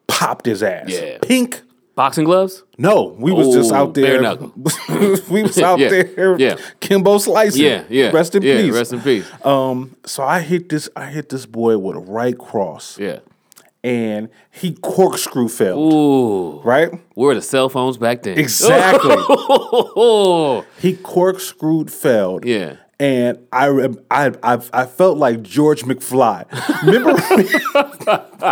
[SPEAKER 1] popped his ass.
[SPEAKER 2] Mm. Yeah.
[SPEAKER 1] Pink.
[SPEAKER 2] Boxing gloves?
[SPEAKER 1] No, we was just
[SPEAKER 2] Ooh,
[SPEAKER 1] out
[SPEAKER 2] bare
[SPEAKER 1] there.
[SPEAKER 2] knuckle.
[SPEAKER 1] we was out
[SPEAKER 2] Yeah,
[SPEAKER 1] there.
[SPEAKER 2] yeah.
[SPEAKER 1] Kimbo slicing.
[SPEAKER 2] Yeah. Yeah.
[SPEAKER 1] Rest in
[SPEAKER 2] yeah,
[SPEAKER 1] peace.
[SPEAKER 2] Rest in peace.
[SPEAKER 1] um, so I hit this I hit this boy with a right cross
[SPEAKER 2] Yeah.
[SPEAKER 1] and he corkscrew fell.
[SPEAKER 2] Ooh.
[SPEAKER 1] Right?
[SPEAKER 2] Were the cell phones back then?
[SPEAKER 1] Exactly.
[SPEAKER 2] Oh.
[SPEAKER 1] He corkscrewed Feld.
[SPEAKER 2] Yeah.
[SPEAKER 1] And I, rem- I, I, I felt like George McFly. Remember,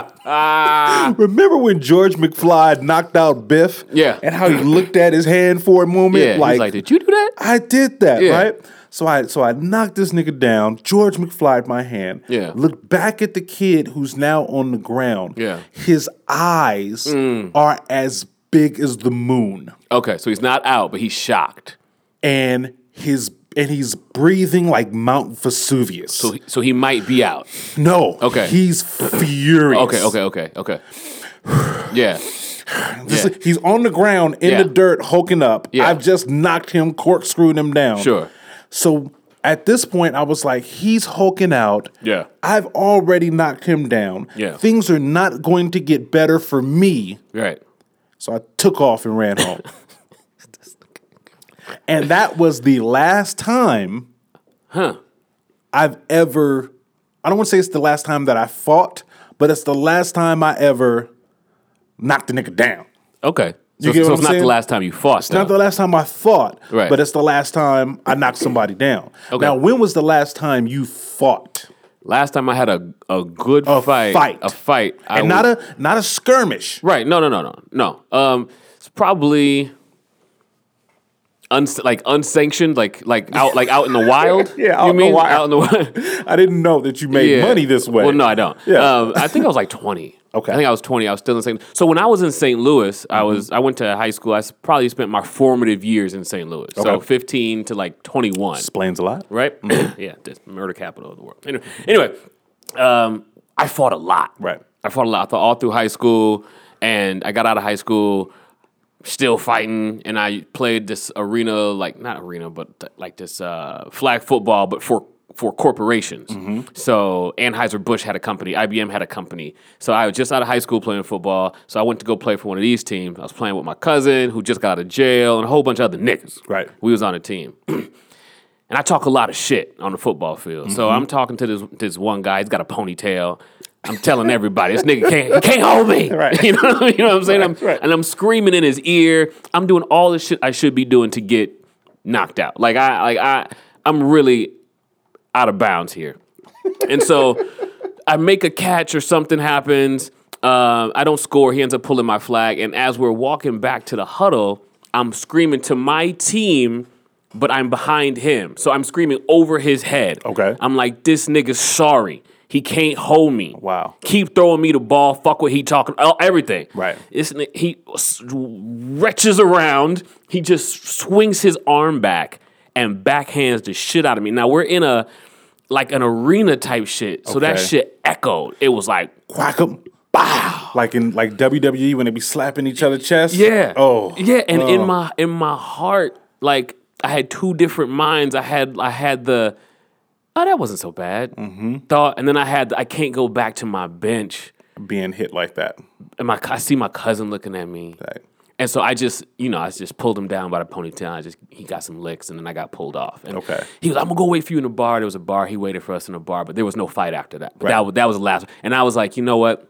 [SPEAKER 1] remember when George McFly knocked out Biff?
[SPEAKER 2] Yeah.
[SPEAKER 1] And how he looked at his hand for a moment,
[SPEAKER 2] Yeah. Like,
[SPEAKER 1] like,
[SPEAKER 2] he's like, did you do that?
[SPEAKER 1] I did that,
[SPEAKER 2] Yeah.
[SPEAKER 1] right? So I, so I knocked this nigga down. George McFly my hand.
[SPEAKER 2] Yeah.
[SPEAKER 1] Looked back at the kid who's now on the ground.
[SPEAKER 2] Yeah. Mm.
[SPEAKER 1] His eyes are as big as the moon.
[SPEAKER 2] Okay. So he's not out, but he's shocked.
[SPEAKER 1] and his and he's breathing like Mount Vesuvius.
[SPEAKER 2] So he, so he might be out.
[SPEAKER 1] no,
[SPEAKER 2] Okay.
[SPEAKER 1] he's furious.
[SPEAKER 2] Okay. Okay. Okay. Okay. Yeah.
[SPEAKER 1] This-
[SPEAKER 2] yeah.
[SPEAKER 1] he's on the ground in
[SPEAKER 2] Yeah.
[SPEAKER 1] the dirt, hulking up.
[SPEAKER 2] Yeah.
[SPEAKER 1] I've just knocked him, corkscrewed him down.
[SPEAKER 2] Sure.
[SPEAKER 1] So at this point, I was like, he's hulking out.
[SPEAKER 2] Yeah.
[SPEAKER 1] I've already knocked him down.
[SPEAKER 2] Yeah.
[SPEAKER 1] Things are not going to get better for me.
[SPEAKER 2] Right.
[SPEAKER 1] So I took off and ran home. and that was the last time
[SPEAKER 2] Huh.
[SPEAKER 1] I've ever I don't want to say it's the last time that I fought, but it's the last time I ever knocked a nigga down.
[SPEAKER 2] Okay. So,
[SPEAKER 1] get
[SPEAKER 2] so
[SPEAKER 1] what
[SPEAKER 2] it's
[SPEAKER 1] I'm
[SPEAKER 2] not
[SPEAKER 1] saying?
[SPEAKER 2] the last time you fought.
[SPEAKER 1] Not the last time I fought,
[SPEAKER 2] Right.
[SPEAKER 1] but it's the last time I knocked somebody down.
[SPEAKER 2] Okay.
[SPEAKER 1] Now, when was the last time you fought?
[SPEAKER 2] last time I had a a good fight,
[SPEAKER 1] fight.
[SPEAKER 2] a fight, I
[SPEAKER 1] And not a not a skirmish.
[SPEAKER 2] right. No, no, no, no, no. Um, it's probably uns like unsanctioned, like like out like out in the wild.
[SPEAKER 1] Yeah, out
[SPEAKER 2] you
[SPEAKER 1] in the
[SPEAKER 2] mean
[SPEAKER 1] wild.
[SPEAKER 2] out in the wild.
[SPEAKER 1] I didn't know that you made
[SPEAKER 2] Yeah.
[SPEAKER 1] money this way.
[SPEAKER 2] Well, no, I don't.
[SPEAKER 1] Yeah.
[SPEAKER 2] Um, I think I was like 20.
[SPEAKER 1] Okay. Mm-hmm.
[SPEAKER 2] I think I was 20. I was still in St. So when I was in St. Louis, I was I went to high school. I s- probably spent my formative years in St. Louis. So
[SPEAKER 1] Okay.
[SPEAKER 2] 15 to like 21
[SPEAKER 1] Explains a lot.
[SPEAKER 2] right? Mm-hmm. yeah, just murder capital of the world. Anyway, anyway um, I fought a lot.
[SPEAKER 1] Right.
[SPEAKER 2] I fought a lot. I fought all through high school, and I got out of high school still fighting. And I played this arena, like not arena, but th- like this uh, flag football, but for for corporations. So Anheuser Busch had a company, IBM had a company. So I was just out of high school playing football. So I went to go play for one of these teams. I was playing with my cousin who just got out of jail and a whole bunch of other niggas.
[SPEAKER 1] Right.
[SPEAKER 2] We was on a team
[SPEAKER 1] Mm-hmm.
[SPEAKER 2] and I talk a lot of shit on the football field. So I'm talking to this this one guy. He's got a ponytail. I'm telling everybody, this nigga can't, he can't hold me.
[SPEAKER 1] Right.
[SPEAKER 2] You know, what I mean? You know what I'm saying? I'm,
[SPEAKER 1] right.
[SPEAKER 2] And I'm screaming in his ear. I'm doing all the shit I should be doing to get knocked out. Like I, like I, I'm really out of bounds here. And so I make a catch or something happens. Um, I don't score. He ends up pulling my flag. And as we're walking back to the huddle, I'm screaming to my team, but I'm behind him. So I'm screaming over his head.
[SPEAKER 1] Okay.
[SPEAKER 2] I'm like, this nigga's sorry. He can't hold me.
[SPEAKER 1] Wow.
[SPEAKER 2] Keep throwing me the ball. Fuck what he talking. oh, Everything.
[SPEAKER 1] Right.
[SPEAKER 2] This ni- he s- retches around. He just swings his arm back and backhands the shit out of me. Now we're in a like an arena type shit. So that
[SPEAKER 1] Okay.
[SPEAKER 2] shit echoed. It was like
[SPEAKER 1] Whack them. Wow. Like in like WWE when they be slapping each other chest.
[SPEAKER 2] yeah.
[SPEAKER 1] Oh.
[SPEAKER 2] Yeah, and in my in my heart like I had two different minds. I had I had the oh that wasn't so bad
[SPEAKER 1] Mm-hmm.
[SPEAKER 2] thought and then I had the, I can't go back to my bench.
[SPEAKER 1] Being hit like that.
[SPEAKER 2] and my I see my cousin looking at me,
[SPEAKER 1] Right.
[SPEAKER 2] and so I just you know I just pulled him down by the ponytail. I just he got some licks, and then I got pulled off. And
[SPEAKER 1] Okay.
[SPEAKER 2] he was I'm gonna go wait for you in the bar. There was a bar. He waited for us in the bar, but there was no fight after that. But that was that was the last. And I was like, you know what,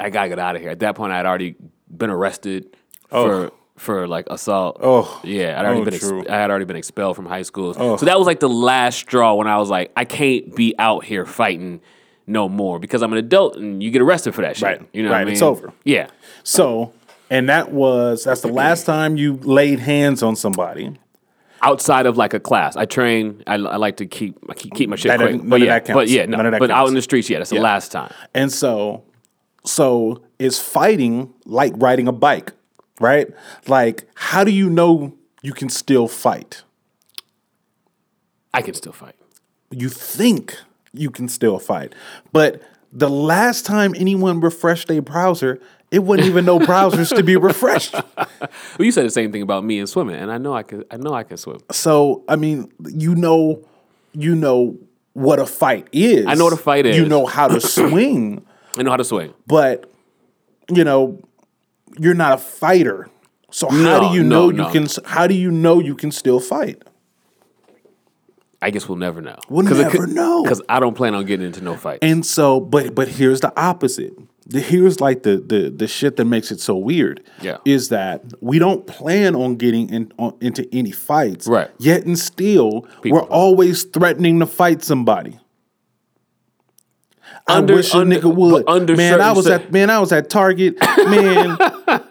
[SPEAKER 2] I gotta get out of here. At that point, I had already been arrested for for like assault.
[SPEAKER 1] Oh.
[SPEAKER 2] yeah, I'd already
[SPEAKER 1] Oh,
[SPEAKER 2] been ex-
[SPEAKER 1] true.
[SPEAKER 2] I had already been expelled from high school.
[SPEAKER 1] Oh.
[SPEAKER 2] So that was like the last straw when I was like, I can't be out here fighting. No more because I'm an adult and you get arrested for that shit.
[SPEAKER 1] Right.
[SPEAKER 2] You know what I
[SPEAKER 1] Right.
[SPEAKER 2] mean?
[SPEAKER 1] It's over.
[SPEAKER 2] Yeah.
[SPEAKER 1] So, and that was that's the last time you laid hands on somebody.
[SPEAKER 2] Outside of like a class, I train. I, I like to keep I keep, keep my shit
[SPEAKER 1] None of-
[SPEAKER 2] quick.
[SPEAKER 1] none
[SPEAKER 2] but
[SPEAKER 1] of
[SPEAKER 2] yeah,
[SPEAKER 1] that counts.
[SPEAKER 2] but yeah, no,
[SPEAKER 1] None of that
[SPEAKER 2] but out
[SPEAKER 1] counts.
[SPEAKER 2] in the streets, yeah, that's the last time.
[SPEAKER 1] And so, so is fighting like riding a bike, right? Like, how do you know you can still fight?
[SPEAKER 2] I can still fight.
[SPEAKER 1] You think you can still fight, but the last time anyone refreshed their browser, it wasn't even no browsers to be refreshed.
[SPEAKER 2] Well, you said the same thing about me and swimming, and I know I can. I know I can swim.
[SPEAKER 1] So, I mean, you know, you know what a fight is. I
[SPEAKER 2] know what a fight is.
[SPEAKER 1] You know how to swing.
[SPEAKER 2] I know how to swing.
[SPEAKER 1] but you know you're not a fighter so how
[SPEAKER 2] No,
[SPEAKER 1] do you
[SPEAKER 2] no,
[SPEAKER 1] know
[SPEAKER 2] no.
[SPEAKER 1] you can how do you know you can still fight
[SPEAKER 2] I guess we'll never know.
[SPEAKER 1] We'll never know.
[SPEAKER 2] because I don't plan on getting into no fight.
[SPEAKER 1] and so but but here's the opposite The- here's like the the the shit that makes it so weird
[SPEAKER 2] Yeah.
[SPEAKER 1] is that we don't plan on getting in, on, into any fights
[SPEAKER 2] Right.
[SPEAKER 1] yet and still we're always threatening to fight somebody
[SPEAKER 2] Under-
[SPEAKER 1] I wish a
[SPEAKER 2] under-
[SPEAKER 1] nigga would.
[SPEAKER 2] but under
[SPEAKER 1] man, I
[SPEAKER 2] certain
[SPEAKER 1] was
[SPEAKER 2] cir-
[SPEAKER 1] at man, I was at Target, man,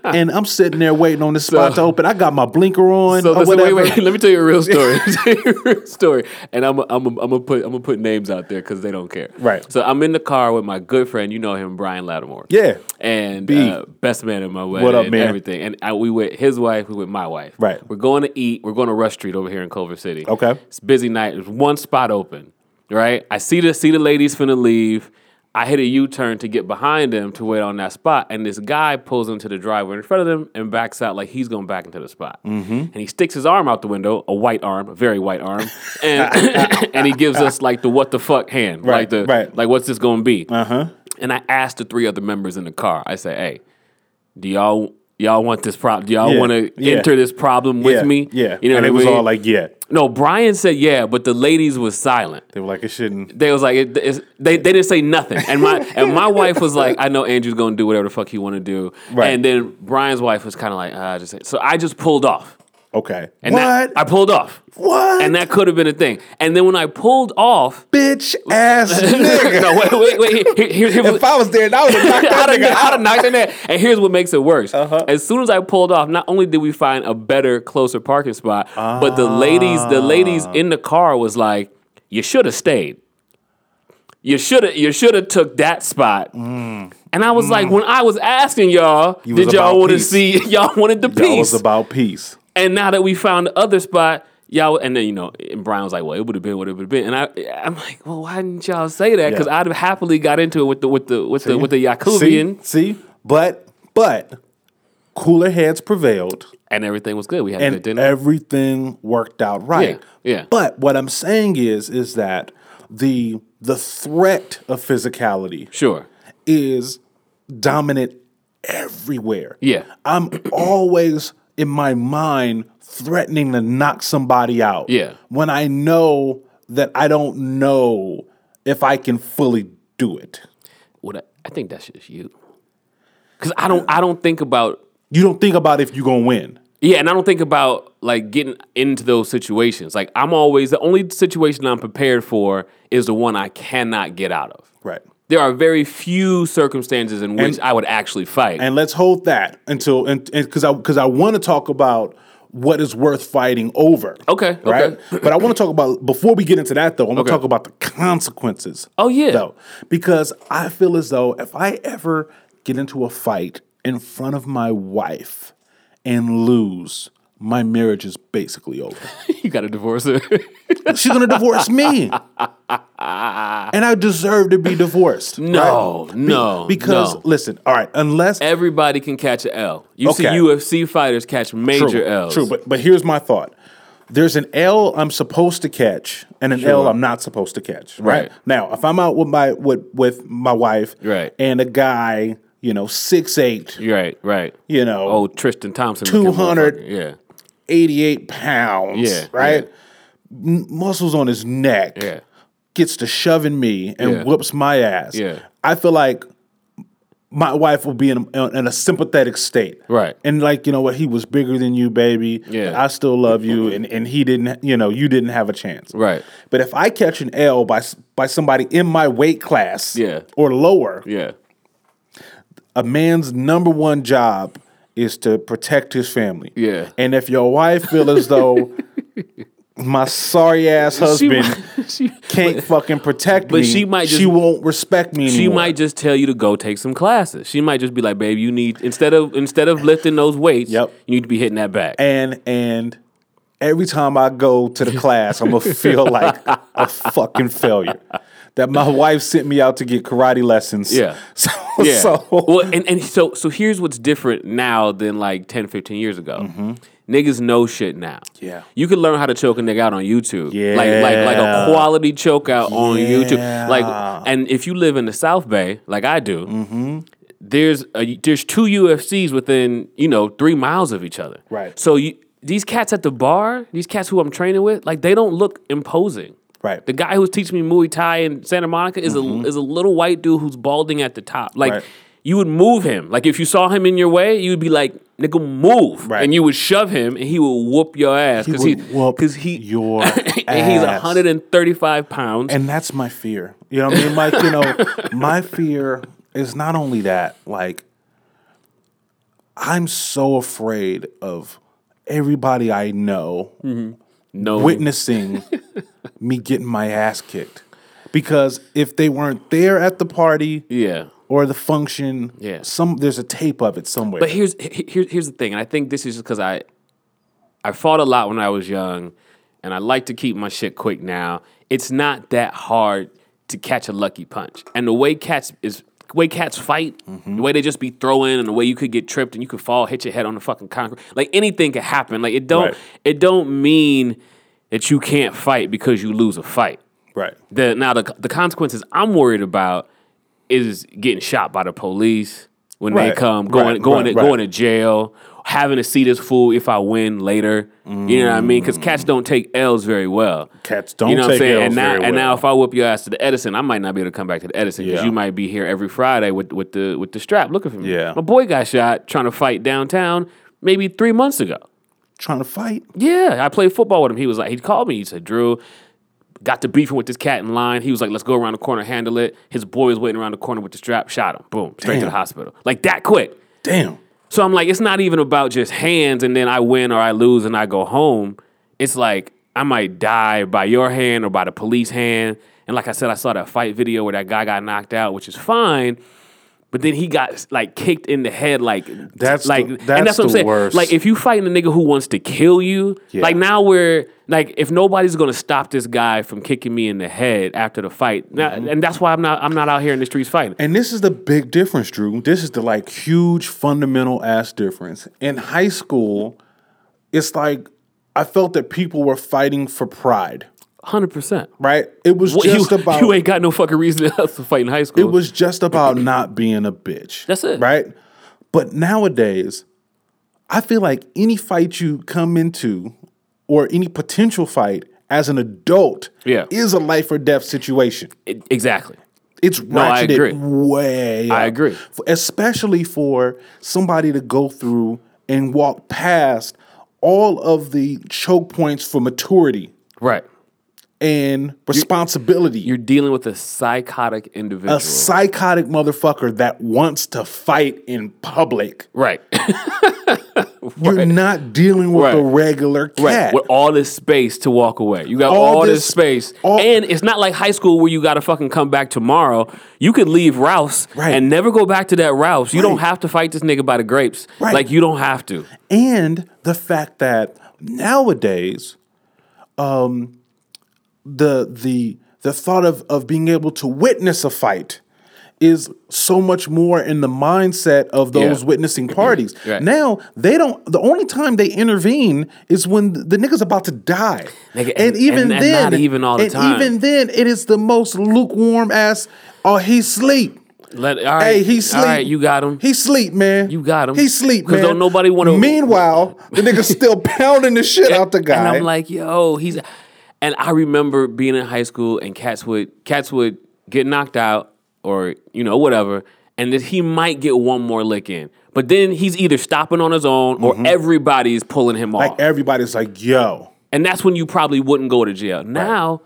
[SPEAKER 1] and I'm sitting there waiting on the spot to open. I got my blinker on
[SPEAKER 2] So
[SPEAKER 1] or
[SPEAKER 2] listen,
[SPEAKER 1] whatever.
[SPEAKER 2] wait, wait. Let me tell you a real story. Tell you a real story, and I'm I'm I'm gonna put I'm gonna put names out there because they don't care.
[SPEAKER 1] Right.
[SPEAKER 2] So I'm in the car with my good friend. You know him, Brian Lattimore.
[SPEAKER 1] Yeah.
[SPEAKER 2] And
[SPEAKER 1] B.
[SPEAKER 2] uh, best man in my wedding.
[SPEAKER 1] What up,
[SPEAKER 2] and
[SPEAKER 1] man?
[SPEAKER 2] Everything. And I, we with his wife. We with my wife.
[SPEAKER 1] Right.
[SPEAKER 2] We're going to eat. We're going to Rush Street over here in Culver City.
[SPEAKER 1] Okay.
[SPEAKER 2] It's a busy night. There's one spot open. Right. I see the see the ladies finna leave. I hit a U turn to get behind them to wait on that spot, and this guy pulls into the driveway in front of them and backs out like he's going back into the spot. Mm-hmm. And he sticks his arm out the window, a white arm, a very white arm, and and he gives us like the what the fuck hand, like
[SPEAKER 1] Right,
[SPEAKER 2] the
[SPEAKER 1] right. Uh-huh.
[SPEAKER 2] like what's this going to be? Uh huh. And I asked the three other members in the car. I said, "Hey, do y'all y'all want this problem? Do y'all
[SPEAKER 1] Yeah,
[SPEAKER 2] want to
[SPEAKER 1] yeah.
[SPEAKER 2] enter this problem with
[SPEAKER 1] yeah,
[SPEAKER 2] me?
[SPEAKER 1] Yeah.
[SPEAKER 2] you know
[SPEAKER 1] and
[SPEAKER 2] what
[SPEAKER 1] it
[SPEAKER 2] I
[SPEAKER 1] was
[SPEAKER 2] mean?
[SPEAKER 1] all like, yeah.
[SPEAKER 2] no, Brian said yeah, but the ladies was silent.
[SPEAKER 1] They were like, it shouldn't.
[SPEAKER 2] They was like, it, it's, they they didn't say nothing, and my and my wife was like, I know Andrew's gonna do whatever the fuck he want to do,
[SPEAKER 1] Right.
[SPEAKER 2] and then Brian's wife was kind of like, uh, just so I just pulled off,
[SPEAKER 1] Okay.
[SPEAKER 2] and
[SPEAKER 1] what?
[SPEAKER 2] that, I pulled off,
[SPEAKER 1] what?
[SPEAKER 2] and that could have been a thing, and then when I pulled off,
[SPEAKER 1] bitch ass nigga.
[SPEAKER 2] no, wait, wait, wait, here, here, here was-
[SPEAKER 1] If I was there, I would have knocked Uh-huh.
[SPEAKER 2] I'd
[SPEAKER 1] that
[SPEAKER 2] have,
[SPEAKER 1] nigga
[SPEAKER 2] I'd have
[SPEAKER 1] out.
[SPEAKER 2] knocked in there. And here's what makes it worse. As soon as I pulled off, not only did we find a better, closer parking spot, but the ladies, the ladies
[SPEAKER 1] Ah.
[SPEAKER 2] in the car was like, "You should have stayed. You should have. You should have took that spot." And I was like, when I was asking y'all,
[SPEAKER 1] Mm. You
[SPEAKER 2] did
[SPEAKER 1] was
[SPEAKER 2] y'all
[SPEAKER 1] about
[SPEAKER 2] want to
[SPEAKER 1] peace.
[SPEAKER 2] see? Y'all wanted the
[SPEAKER 1] That was
[SPEAKER 2] peace.
[SPEAKER 1] about peace.
[SPEAKER 2] and now that we found the other spot. Y'all, and then you know, and Brian was like, "Well, it would have been what it would have been," and I, I'm like, "Well, why didn't y'all say that? Because I'd have happily got into it with the with the with the with the Yakubian."
[SPEAKER 1] See? See? But, but, cooler heads prevailed.
[SPEAKER 2] and everything was good. We had a good
[SPEAKER 1] and
[SPEAKER 2] dinner.
[SPEAKER 1] everything worked out right.
[SPEAKER 2] Yeah, yeah.
[SPEAKER 1] But what I'm saying is, is that the the threat of physicality
[SPEAKER 2] sure.
[SPEAKER 1] is dominant everywhere.
[SPEAKER 2] Yeah.
[SPEAKER 1] I'm always in my mind threatening to knock somebody out.
[SPEAKER 2] Yeah.
[SPEAKER 1] When I know that I don't know if I can fully do it.
[SPEAKER 2] What I, I think that's just you. Cause I don't I don't think about
[SPEAKER 1] You don't think about if you're gonna win.
[SPEAKER 2] yeah, and I don't think about like getting into those situations. Like I'm always the only situation I'm prepared for is the one I cannot get out of.
[SPEAKER 1] Right.
[SPEAKER 2] There are very few circumstances in which I would actually fight.
[SPEAKER 1] And let's hold that until and because I because I want to talk about what is worth fighting over.
[SPEAKER 2] Okay, okay.
[SPEAKER 1] Right. But I want to talk about before we get into that though, I'm gonna
[SPEAKER 2] Okay.
[SPEAKER 1] talk about the consequences.
[SPEAKER 2] Oh, yeah.
[SPEAKER 1] Though. Because I feel as though if I ever get into a fight in front of my wife and lose, my marriage is basically over.
[SPEAKER 2] you got to divorce her.
[SPEAKER 1] She's gonna divorce me. And I deserve to be divorced.
[SPEAKER 2] no, no,
[SPEAKER 1] Because
[SPEAKER 2] no.
[SPEAKER 1] listen, all right, unless
[SPEAKER 2] everybody can catch an L. You see
[SPEAKER 1] Okay.
[SPEAKER 2] UFC fighters catch major L's.
[SPEAKER 1] True, but but here's my thought. There's an L I'm supposed to catch and an L I'm not supposed to catch. Right?
[SPEAKER 2] Right.
[SPEAKER 1] Now, if I'm out with my with with my wife
[SPEAKER 2] Right.
[SPEAKER 1] and a guy, you know, 6'8,
[SPEAKER 2] Right, right.
[SPEAKER 1] you know,
[SPEAKER 2] Oh, Tristan Thompson. looking
[SPEAKER 1] 200.
[SPEAKER 2] motherfucker. Yeah,
[SPEAKER 1] 88 pounds,
[SPEAKER 2] Yeah,
[SPEAKER 1] right? M- muscles on his neck.
[SPEAKER 2] yeah.
[SPEAKER 1] Gets to shoving me and
[SPEAKER 2] Yeah.
[SPEAKER 1] whoops my ass.
[SPEAKER 2] Yeah.
[SPEAKER 1] I feel like my wife will be in a, in a sympathetic state.
[SPEAKER 2] Right.
[SPEAKER 1] And like, you know what, he was bigger than you, baby.
[SPEAKER 2] Yeah.
[SPEAKER 1] I still love you and and he didn't, you know, you didn't have a chance.
[SPEAKER 2] Right.
[SPEAKER 1] But if I catch an L by s- by somebody in my weight class
[SPEAKER 2] Yeah.
[SPEAKER 1] or lower,
[SPEAKER 2] Yeah.
[SPEAKER 1] a man's number one job is to protect his family.
[SPEAKER 2] Yeah.
[SPEAKER 1] And if your wife feel as though my sorry ass husband
[SPEAKER 2] she,
[SPEAKER 1] can't fucking protect me,
[SPEAKER 2] she might
[SPEAKER 1] she
[SPEAKER 2] just-
[SPEAKER 1] won't respect me anymore.
[SPEAKER 2] she might just tell you to go take some classes. She might just be like, "Babe, you need instead of instead of lifting those weights,
[SPEAKER 1] Yep.
[SPEAKER 2] you need to be hitting that back."
[SPEAKER 1] and and every time I go to the class, I'm gonna feel like a fucking failure. That my wife sent me out to get karate lessons.
[SPEAKER 2] Yeah.
[SPEAKER 1] So,
[SPEAKER 2] yeah.
[SPEAKER 1] so
[SPEAKER 2] well, and, and so so here's what's different now than like 10, 15 years ago. Niggas know shit now.
[SPEAKER 1] Mm-hmm. Yeah.
[SPEAKER 2] You can learn how to choke a nigga out on YouTube. Like like like
[SPEAKER 1] Yeah.
[SPEAKER 2] a quality choke out on YouTube.
[SPEAKER 1] Yeah.
[SPEAKER 2] Like and if you live in the South Bay, like I do,
[SPEAKER 1] Mm-hmm.
[SPEAKER 2] there's a, there's two UFCs within, you know, 3 miles of each other.
[SPEAKER 1] Right.
[SPEAKER 2] So you these cats at the bar, these cats who I'm training with, like they don't look imposing.
[SPEAKER 1] Right.
[SPEAKER 2] The guy who's teaching me Muay Thai in Santa Monica is a is a little white dude who's balding at the top. Like
[SPEAKER 1] Mm-hmm. Right.
[SPEAKER 2] you would move him. Like if you saw him in your way, you would be like, "Nigga, move!"
[SPEAKER 1] Right.
[SPEAKER 2] And you would shove him, and he would whoop your ass because he
[SPEAKER 1] would whoop
[SPEAKER 2] because he
[SPEAKER 1] your
[SPEAKER 2] and he's
[SPEAKER 1] ass.
[SPEAKER 2] 135 pounds.
[SPEAKER 1] And that's my fear. You know what I mean? Like, you know, my fear is not only that, like, I'm so afraid of everybody I know
[SPEAKER 2] Mm. no,
[SPEAKER 1] witnessing me getting my ass kicked. Because if they weren't there at the party
[SPEAKER 2] yeah.
[SPEAKER 1] or the function,
[SPEAKER 2] Yeah.
[SPEAKER 1] some there's a tape of it somewhere.
[SPEAKER 2] But here's he- here's here's the thing, and I think this is just because I I fought a lot when I was young, and I like to keep my shit quick now. It's not that hard to catch a lucky punch, and the way cats is the way cats fight, the way they just be throwing, and the way you could get tripped and you could fall, hit your head on the fucking concrete, like anything could happen. Like it don't
[SPEAKER 1] Right.
[SPEAKER 2] it don't mean that you can't fight because you lose a fight.
[SPEAKER 1] right.
[SPEAKER 2] The now the the consequences I'm worried about is getting shot by the police when
[SPEAKER 1] Right,
[SPEAKER 2] they come, going
[SPEAKER 1] right,
[SPEAKER 2] going
[SPEAKER 1] right,
[SPEAKER 2] to,
[SPEAKER 1] right.
[SPEAKER 2] going to jail, having to see this fool if I win later. You know what I mean? Because cats don't take L's very well.
[SPEAKER 1] Cats don't
[SPEAKER 2] you know what
[SPEAKER 1] take
[SPEAKER 2] I'm saying?
[SPEAKER 1] L's
[SPEAKER 2] and now,
[SPEAKER 1] very
[SPEAKER 2] and now
[SPEAKER 1] well.
[SPEAKER 2] if I whoop your ass to the Edison, I might not be able to come back to the Edison because
[SPEAKER 1] Yeah.
[SPEAKER 2] you might be here every Friday with with the with the strap looking for me.
[SPEAKER 1] Yeah.
[SPEAKER 2] my boy got shot trying to fight downtown maybe three months ago.
[SPEAKER 1] Trying to fight.
[SPEAKER 2] Yeah, I played football with him. He was like, he called me. He said, Drew, got to beefing with this cat in line. He was like, let's go around the corner, handle it. His boy was waiting around the corner with the strap, shot him. Boom, straight to
[SPEAKER 1] Damn.
[SPEAKER 2] the hospital. Like that quick.
[SPEAKER 1] Damn.
[SPEAKER 2] So I'm like, it's not even about just hands and then I win or I lose and I go home. It's like, I might die by your hand or by the police hand. And like I said, I saw that fight video where that guy got knocked out, which is fine. But then he got like kicked in the head, like
[SPEAKER 1] That's
[SPEAKER 2] like,
[SPEAKER 1] the-
[SPEAKER 2] and
[SPEAKER 1] that's
[SPEAKER 2] that's what I'm
[SPEAKER 1] the
[SPEAKER 2] saying.
[SPEAKER 1] worst.
[SPEAKER 2] Like if you fighting a nigga who wants to kill you,
[SPEAKER 1] Yeah.
[SPEAKER 2] like now we're like if nobody's gonna stop this guy from kicking me in the head after the fight, now-
[SPEAKER 1] Mm-hmm.
[SPEAKER 2] and that's why I'm not I'm not out here in the streets fighting.
[SPEAKER 1] And this is the big difference, Drew. This is the like huge fundamental ass difference. In high school, it's like I felt that people were fighting for pride,
[SPEAKER 2] Hundred percent.
[SPEAKER 1] right? It was
[SPEAKER 2] What,
[SPEAKER 1] just
[SPEAKER 2] you,
[SPEAKER 1] about
[SPEAKER 2] you ain't got no fucking reason else to fight in high school.
[SPEAKER 1] it was just about not being a bitch.
[SPEAKER 2] That's it.
[SPEAKER 1] Right? But nowadays, I feel like any fight you come into or any potential fight as an adult
[SPEAKER 2] Yeah.
[SPEAKER 1] is a life or death situation.
[SPEAKER 2] I- E, exactly.
[SPEAKER 1] It's
[SPEAKER 2] I
[SPEAKER 1] ratcheted
[SPEAKER 2] agree.
[SPEAKER 1] way.
[SPEAKER 2] I
[SPEAKER 1] up.
[SPEAKER 2] agree.
[SPEAKER 1] F- especially for somebody to go through and walk past all of the choke points for maturity
[SPEAKER 2] Right.
[SPEAKER 1] and responsibility.
[SPEAKER 2] You're dealing with a psychotic individual.
[SPEAKER 1] a psychotic motherfucker that wants to fight in public.
[SPEAKER 2] right.
[SPEAKER 1] You're not dealing with
[SPEAKER 2] Right.
[SPEAKER 1] a regular cat.
[SPEAKER 2] With all this space to walk away. You got all,
[SPEAKER 1] All
[SPEAKER 2] this,
[SPEAKER 1] this-
[SPEAKER 2] space.
[SPEAKER 1] all-
[SPEAKER 2] and it's not like high school where you got to fucking come back tomorrow. You could leave Rouse
[SPEAKER 1] Right.
[SPEAKER 2] and never go back to that Rouse. You don't
[SPEAKER 1] Right.
[SPEAKER 2] have to fight this nigga by the grapes.
[SPEAKER 1] Right.
[SPEAKER 2] Like, you don't have to.
[SPEAKER 1] and the fact that nowadays um, the the the thought of of being able to witness a fight is so much more in the mindset of those
[SPEAKER 2] Yeah. Mm-hmm.
[SPEAKER 1] witnessing parties.
[SPEAKER 2] Right.
[SPEAKER 1] Now they don't. The only time they intervene is when the, the nigga's about to die,
[SPEAKER 2] Nigga, and- and- and not even all the
[SPEAKER 1] and
[SPEAKER 2] time.
[SPEAKER 1] even then, it is the most lukewarm ass. Oh, he sleep.
[SPEAKER 2] Let, all right.
[SPEAKER 1] Hey, he sleep.
[SPEAKER 2] All right, you got him.
[SPEAKER 1] He sleep, man.
[SPEAKER 2] You got him.
[SPEAKER 1] He sleep,
[SPEAKER 2] 'Cause
[SPEAKER 1] man.
[SPEAKER 2] don't nobody wanna-
[SPEAKER 1] Meanwhile, the nigga's still pounding the shit out the guy.
[SPEAKER 2] And I'm like, yo, he's. And I remember being in high school and cats would cats would get knocked out or you know whatever, and that he might get one more lick in. But then he's either stopping on his own or everybody's pulling him off,
[SPEAKER 1] Mm-hmm. like e- everybody's like, yo,
[SPEAKER 2] and that's when you probably wouldn't go to jail. Now,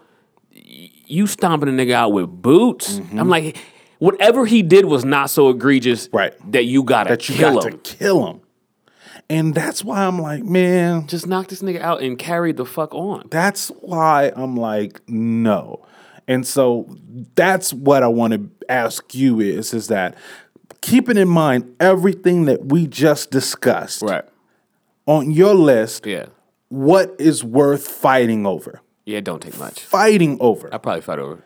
[SPEAKER 2] y- you stomping a nigga out with boots.
[SPEAKER 1] Mm-hmm.
[SPEAKER 2] I'm like, whatever he did was not so egregious,
[SPEAKER 1] Right.
[SPEAKER 2] That you gotta
[SPEAKER 1] that you
[SPEAKER 2] kill
[SPEAKER 1] got
[SPEAKER 2] him.
[SPEAKER 1] to kill him. And that's why I'm like, man,
[SPEAKER 2] Just knock this nigga out and carry the fuck on.
[SPEAKER 1] that's why I'm like, no. And so that's what I want to ask you is, is that keeping in mind everything that we just discussed on your list,
[SPEAKER 2] Yeah.
[SPEAKER 1] what is worth fighting over?
[SPEAKER 2] Yeah. Don't take much.
[SPEAKER 1] Fighting over.
[SPEAKER 2] I probably fight over.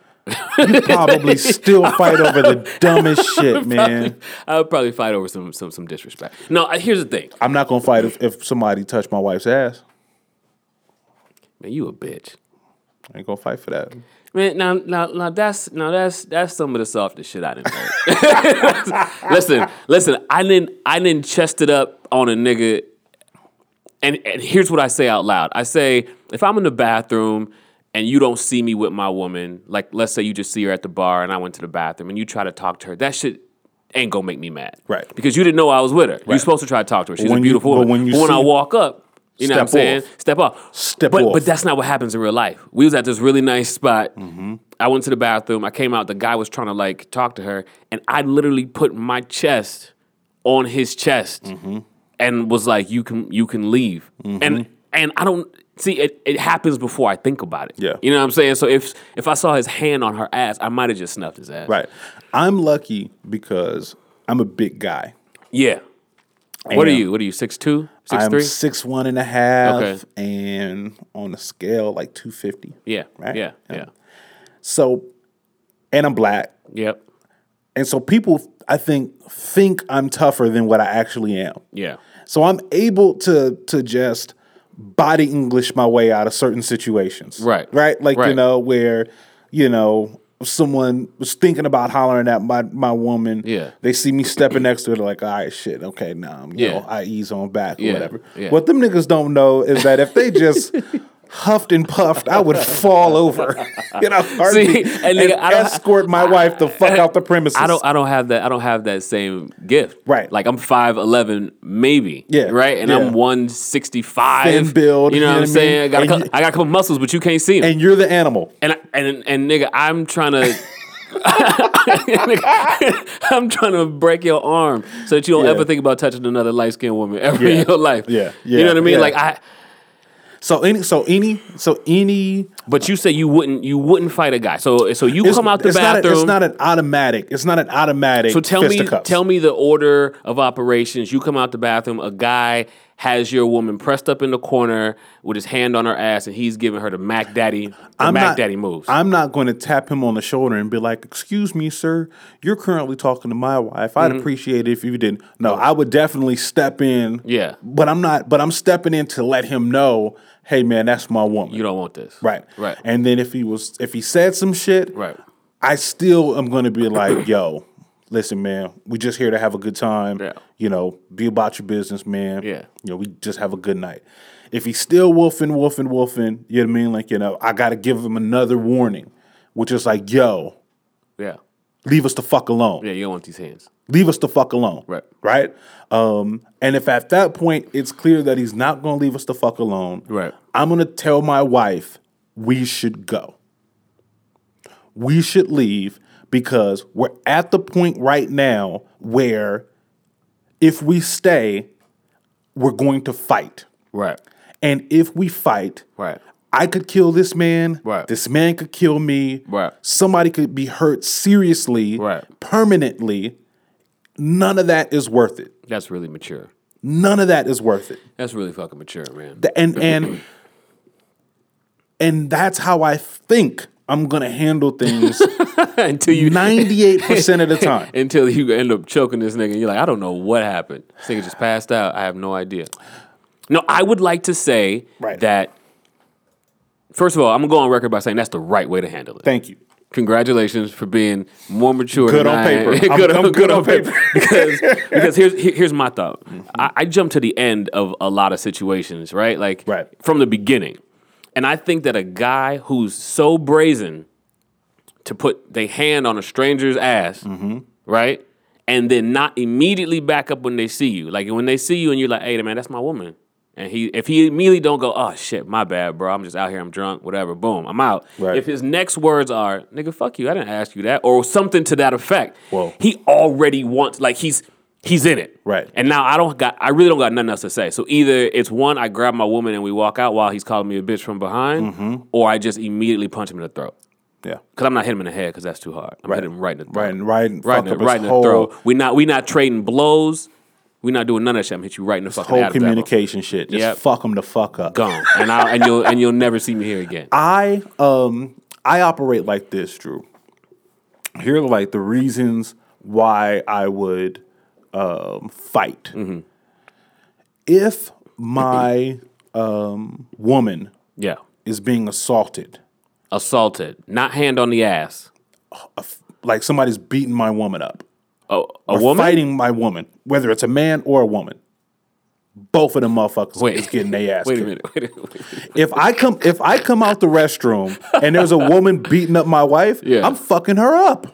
[SPEAKER 1] probably still fight over the dumbest shit, man.
[SPEAKER 2] I would probably fight over some some some disrespect. No, I- here's the thing,
[SPEAKER 1] I'm not gonna fight if, if somebody touched my wife's ass.
[SPEAKER 2] man. You a bitch,
[SPEAKER 1] I ain't gonna fight for that.
[SPEAKER 2] man. Now now now that's now that's that's some of the softest shit I didn't. listen, listen. I didn't I didn't chest it up on a nigga. And and here's what I say out loud. I say if I'm in the bathroom. And you don't see me with my woman, like let's say you just see her at the bar and I went to the bathroom and you try to talk to her, that shit ain't gonna make me mad.
[SPEAKER 1] Right.
[SPEAKER 2] Because you didn't know I was with her. You're supposed to try to talk to her. She's
[SPEAKER 1] when
[SPEAKER 2] a
[SPEAKER 1] you-
[SPEAKER 2] beautiful
[SPEAKER 1] but
[SPEAKER 2] woman.
[SPEAKER 1] when you
[SPEAKER 2] but when I
[SPEAKER 1] see-
[SPEAKER 2] walk up, you know what I'm
[SPEAKER 1] Step
[SPEAKER 2] saying?
[SPEAKER 1] off.
[SPEAKER 2] Step off.
[SPEAKER 1] Step
[SPEAKER 2] but,
[SPEAKER 1] off.
[SPEAKER 2] But that's not what happens in real life. We was at this really nice spot.
[SPEAKER 1] Mm-hmm.
[SPEAKER 2] I went to the bathroom. I came out. The guy was trying to like talk to her, and I literally put my chest on his chest
[SPEAKER 1] Mm-hmm.
[SPEAKER 2] and was like, "You can, you can leave." And and I don't see it. It happens before I think about it.
[SPEAKER 1] Yeah.
[SPEAKER 2] you know what I'm saying. So if if I saw his hand on her ass, I might have just snuffed his ass.
[SPEAKER 1] Right. I'm lucky because I'm a big guy.
[SPEAKER 2] Yeah. What are
[SPEAKER 1] Damn.
[SPEAKER 2] you? What are you? Six two? Six
[SPEAKER 1] I'm
[SPEAKER 2] three?
[SPEAKER 1] six one and a half
[SPEAKER 2] Okay.
[SPEAKER 1] and on a scale like two fifty.
[SPEAKER 2] Yeah.
[SPEAKER 1] Right?
[SPEAKER 2] Yeah. Yeah.
[SPEAKER 1] So and I'm black.
[SPEAKER 2] Yep.
[SPEAKER 1] And so people I think think I'm tougher than what I actually am.
[SPEAKER 2] Yeah.
[SPEAKER 1] So I'm able to to just body English my way out of certain situations.
[SPEAKER 2] Right.
[SPEAKER 1] Right. Like
[SPEAKER 2] Right.
[SPEAKER 1] you know where you know someone was thinking about hollering at my my woman.
[SPEAKER 2] Yeah.
[SPEAKER 1] They see me stepping next to her. They're like, all right, shit, okay, now nah, you
[SPEAKER 2] Yeah.
[SPEAKER 1] know I ease on back or
[SPEAKER 2] Yeah.
[SPEAKER 1] whatever.
[SPEAKER 2] Yeah.
[SPEAKER 1] What them niggas don't know is that if they just. Huffed and puffed, I would fall over. you know, See,
[SPEAKER 2] and
[SPEAKER 1] and,
[SPEAKER 2] nigga, I don't-
[SPEAKER 1] escort my wife the fuck out the premises.
[SPEAKER 2] I don't I don't have that I don't have that same gift.
[SPEAKER 1] Right.
[SPEAKER 2] Like I'm five eleven maybe.
[SPEAKER 1] Yeah,
[SPEAKER 2] Right. And
[SPEAKER 1] yeah.
[SPEAKER 2] I'm one sixty
[SPEAKER 1] Thin
[SPEAKER 2] five.
[SPEAKER 1] build,
[SPEAKER 2] You know what I'm saying? I got a
[SPEAKER 1] mean?
[SPEAKER 2] cou-
[SPEAKER 1] And you-
[SPEAKER 2] I got a couple muscles, but you can't see them.
[SPEAKER 1] and you're the animal.
[SPEAKER 2] And I- and and, nigga, I'm trying to. I'm trying to break your arm so that you don't
[SPEAKER 1] Yeah.
[SPEAKER 2] ever think about touching another light skinned woman ever
[SPEAKER 1] Yeah.
[SPEAKER 2] in your life.
[SPEAKER 1] Yeah,
[SPEAKER 2] you
[SPEAKER 1] yeah,
[SPEAKER 2] know what I mean.
[SPEAKER 1] yeah.
[SPEAKER 2] Like I,
[SPEAKER 1] So any, so any, so any
[SPEAKER 2] but you say you wouldn't, you wouldn't fight a guy. So, so you come out the
[SPEAKER 1] it's
[SPEAKER 2] bathroom.
[SPEAKER 1] Not a, it's not an automatic. It's not an automatic.
[SPEAKER 2] So tell me,
[SPEAKER 1] fisticuffs.
[SPEAKER 2] tell me the order of operations. You come out the bathroom. A guy has your woman pressed up in the corner with his hand on her ass, and he's giving her the Mac Daddy, the Mac Daddy moves.
[SPEAKER 1] I'm not going to tap him on the shoulder and be like, "Excuse me, sir, you're currently talking to my wife. I'd
[SPEAKER 2] Mm-hmm.
[SPEAKER 1] appreciate it if you didn't." No, I would definitely step in.
[SPEAKER 2] Yeah.
[SPEAKER 1] but I'm not. But I'm stepping in to let him know, "Hey, man, that's my woman."
[SPEAKER 2] you don't want this,
[SPEAKER 1] right,
[SPEAKER 2] Right.
[SPEAKER 1] And then if he was, if he said some shit,
[SPEAKER 2] Right.
[SPEAKER 1] I still am going to be like, "Yo, listen, man, we just here to have a good time.
[SPEAKER 2] Yeah.
[SPEAKER 1] You know, be about your business, man.
[SPEAKER 2] Yeah.
[SPEAKER 1] You know, we just have a good night." If he's still wolfing, wolfing, wolfing, you know what I mean? Like, you know, I got to give him another warning, which is like, yo,
[SPEAKER 2] yeah.
[SPEAKER 1] leave us the fuck alone.
[SPEAKER 2] Yeah, you don't want these hands.
[SPEAKER 1] Leave us the fuck alone.
[SPEAKER 2] Right.
[SPEAKER 1] Right? Um, and if at that point it's clear that he's not gonna leave us the fuck alone,
[SPEAKER 2] Right.
[SPEAKER 1] I'm gonna tell my wife we should go. We should leave because we're at the point right now where if we stay, we're going to fight.
[SPEAKER 2] Right.
[SPEAKER 1] And if we fight,
[SPEAKER 2] Right.
[SPEAKER 1] I could kill this man.
[SPEAKER 2] Right.
[SPEAKER 1] This man could kill me.
[SPEAKER 2] Right.
[SPEAKER 1] Somebody could be hurt seriously.
[SPEAKER 2] Right.
[SPEAKER 1] Permanently. None of that is worth it.
[SPEAKER 2] That's really mature.
[SPEAKER 1] None of that is worth it.
[SPEAKER 2] That's really fucking mature, man.
[SPEAKER 1] Th- And and and that's how I think I'm gonna handle things
[SPEAKER 2] until you
[SPEAKER 1] 98% of the time.
[SPEAKER 2] until you end up choking this nigga. You're like, I don't know what happened. This nigga just passed out. I have no idea. No, I would like to say
[SPEAKER 1] Right.
[SPEAKER 2] that. First of all, I'm gonna go on record by saying that's the right way to handle it.
[SPEAKER 1] Thank you.
[SPEAKER 2] Congratulations for being more mature.
[SPEAKER 1] Good
[SPEAKER 2] than
[SPEAKER 1] on
[SPEAKER 2] I am.
[SPEAKER 1] paper. I'm-
[SPEAKER 2] good,
[SPEAKER 1] I'm
[SPEAKER 2] on, good on paper. because because here's here- here's my thought. I, I jump to the end of a lot of situations, right? Like
[SPEAKER 1] Right.
[SPEAKER 2] from the beginning, and I think that a guy who's so brazen to put their hand on a stranger's ass,
[SPEAKER 1] Mm-hmm.
[SPEAKER 2] right, and then not immediately back up when they see you. Like when they see you and you're like, "Hey, man, that's my woman." And he, if he immediately don't go, "Oh shit, my bad, bro. I'm just out here. I'm drunk. Whatever. Boom, I'm out."
[SPEAKER 1] Right.
[SPEAKER 2] If his next words are, "Nigga, fuck you. I didn't ask you that," or something to that effect,
[SPEAKER 1] Whoa.
[SPEAKER 2] he already wants like he's he's in it.
[SPEAKER 1] Right.
[SPEAKER 2] And now I don't got I really don't got nothing else to say. So either it's one, I grab my woman and we walk out while he's calling me a bitch from behind,
[SPEAKER 1] Mm-hmm.
[SPEAKER 2] or I just immediately punch him in the throat.
[SPEAKER 1] Yeah.
[SPEAKER 2] Cause I'm not hitting him in the head because that's too hard. I'm hitting him right in the throat.
[SPEAKER 1] Right and right and
[SPEAKER 2] Right
[SPEAKER 1] fuck
[SPEAKER 2] in the,
[SPEAKER 1] up his
[SPEAKER 2] right in the
[SPEAKER 1] whole,
[SPEAKER 2] throat. We not we not trading blows. We not doing none of that shit. I'm gonna hit you right in the fucking
[SPEAKER 1] whole
[SPEAKER 2] Adam's apple.
[SPEAKER 1] communication shit. Just
[SPEAKER 2] Yep.
[SPEAKER 1] fuck him the fuck up.
[SPEAKER 2] Gone. And I and you'll and you'll never see me here again.
[SPEAKER 1] I um I operate like this, Drew. Here are like the reasons why I would um, fight.
[SPEAKER 2] Mm-hmm.
[SPEAKER 1] If my um, woman
[SPEAKER 2] yeah.
[SPEAKER 1] is being assaulted,
[SPEAKER 2] Assaulted. Not hand on the ass.
[SPEAKER 1] like somebody's beating my woman up,
[SPEAKER 2] Oh, a
[SPEAKER 1] or
[SPEAKER 2] woman?
[SPEAKER 1] fighting my woman, whether it's a man or a woman, both of them motherfuckers
[SPEAKER 2] Wait.
[SPEAKER 1] is getting their ass.
[SPEAKER 2] Wait a
[SPEAKER 1] kicked.
[SPEAKER 2] minute. Wait a minute.
[SPEAKER 1] If I come if I come out the restroom and there's a woman beating up my wife,
[SPEAKER 2] Yeah.
[SPEAKER 1] I'm fucking her up.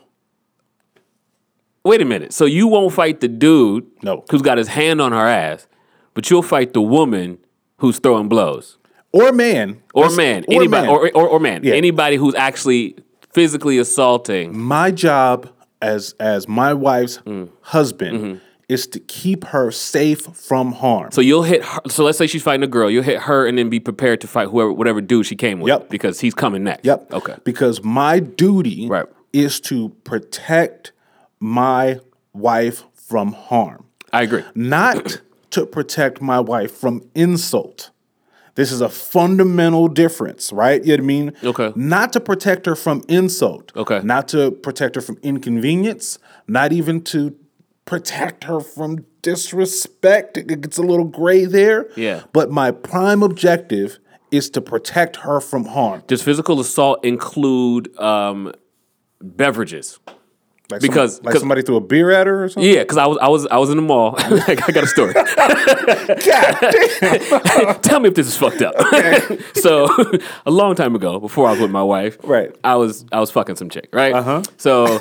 [SPEAKER 2] Wait a minute. So you won't fight the dude
[SPEAKER 1] No.
[SPEAKER 2] who's got his hand on her ass, but you'll fight the woman who's throwing blows.
[SPEAKER 1] or man
[SPEAKER 2] Or man.
[SPEAKER 1] or
[SPEAKER 2] anybody
[SPEAKER 1] man.
[SPEAKER 2] Or, or or man.
[SPEAKER 1] Yeah. Mm.
[SPEAKER 2] Anybody who's actually physically assaulting.
[SPEAKER 1] my job as as my wife's
[SPEAKER 2] Mm.
[SPEAKER 1] husband is to keep her safe from harm
[SPEAKER 2] Mm-hmm. So you'll hit her. So let's say she's fighting a girl. You'll hit her and then be prepared to fight whoever, whatever dude she came with.
[SPEAKER 1] Yep.
[SPEAKER 2] Because he's coming next.
[SPEAKER 1] yep
[SPEAKER 2] Okay.
[SPEAKER 1] because my duty
[SPEAKER 2] Right.
[SPEAKER 1] is to protect my wife from harm
[SPEAKER 2] I agree.
[SPEAKER 1] not to protect my wife from insult this is a fundamental difference, right? You know what I mean?
[SPEAKER 2] Okay.
[SPEAKER 1] Not to protect her from insult.
[SPEAKER 2] Okay.
[SPEAKER 1] Not to protect her from inconvenience. Not even to protect her from disrespect. It gets a little gray there.
[SPEAKER 2] Yeah.
[SPEAKER 1] But my prime objective is to protect her from harm.
[SPEAKER 2] Does physical assault include um, beverages?
[SPEAKER 1] Like
[SPEAKER 2] Because-
[SPEAKER 1] some, like
[SPEAKER 2] 'cause-
[SPEAKER 1] somebody threw a beer at her or something.
[SPEAKER 2] Yeah, because I was I was I was in the mall. Like, I got a story. Tell me if this is fucked up. so a long time ago, before I was with my wife,
[SPEAKER 1] Right.
[SPEAKER 2] I was I was fucking some chick, right? Uh-huh. So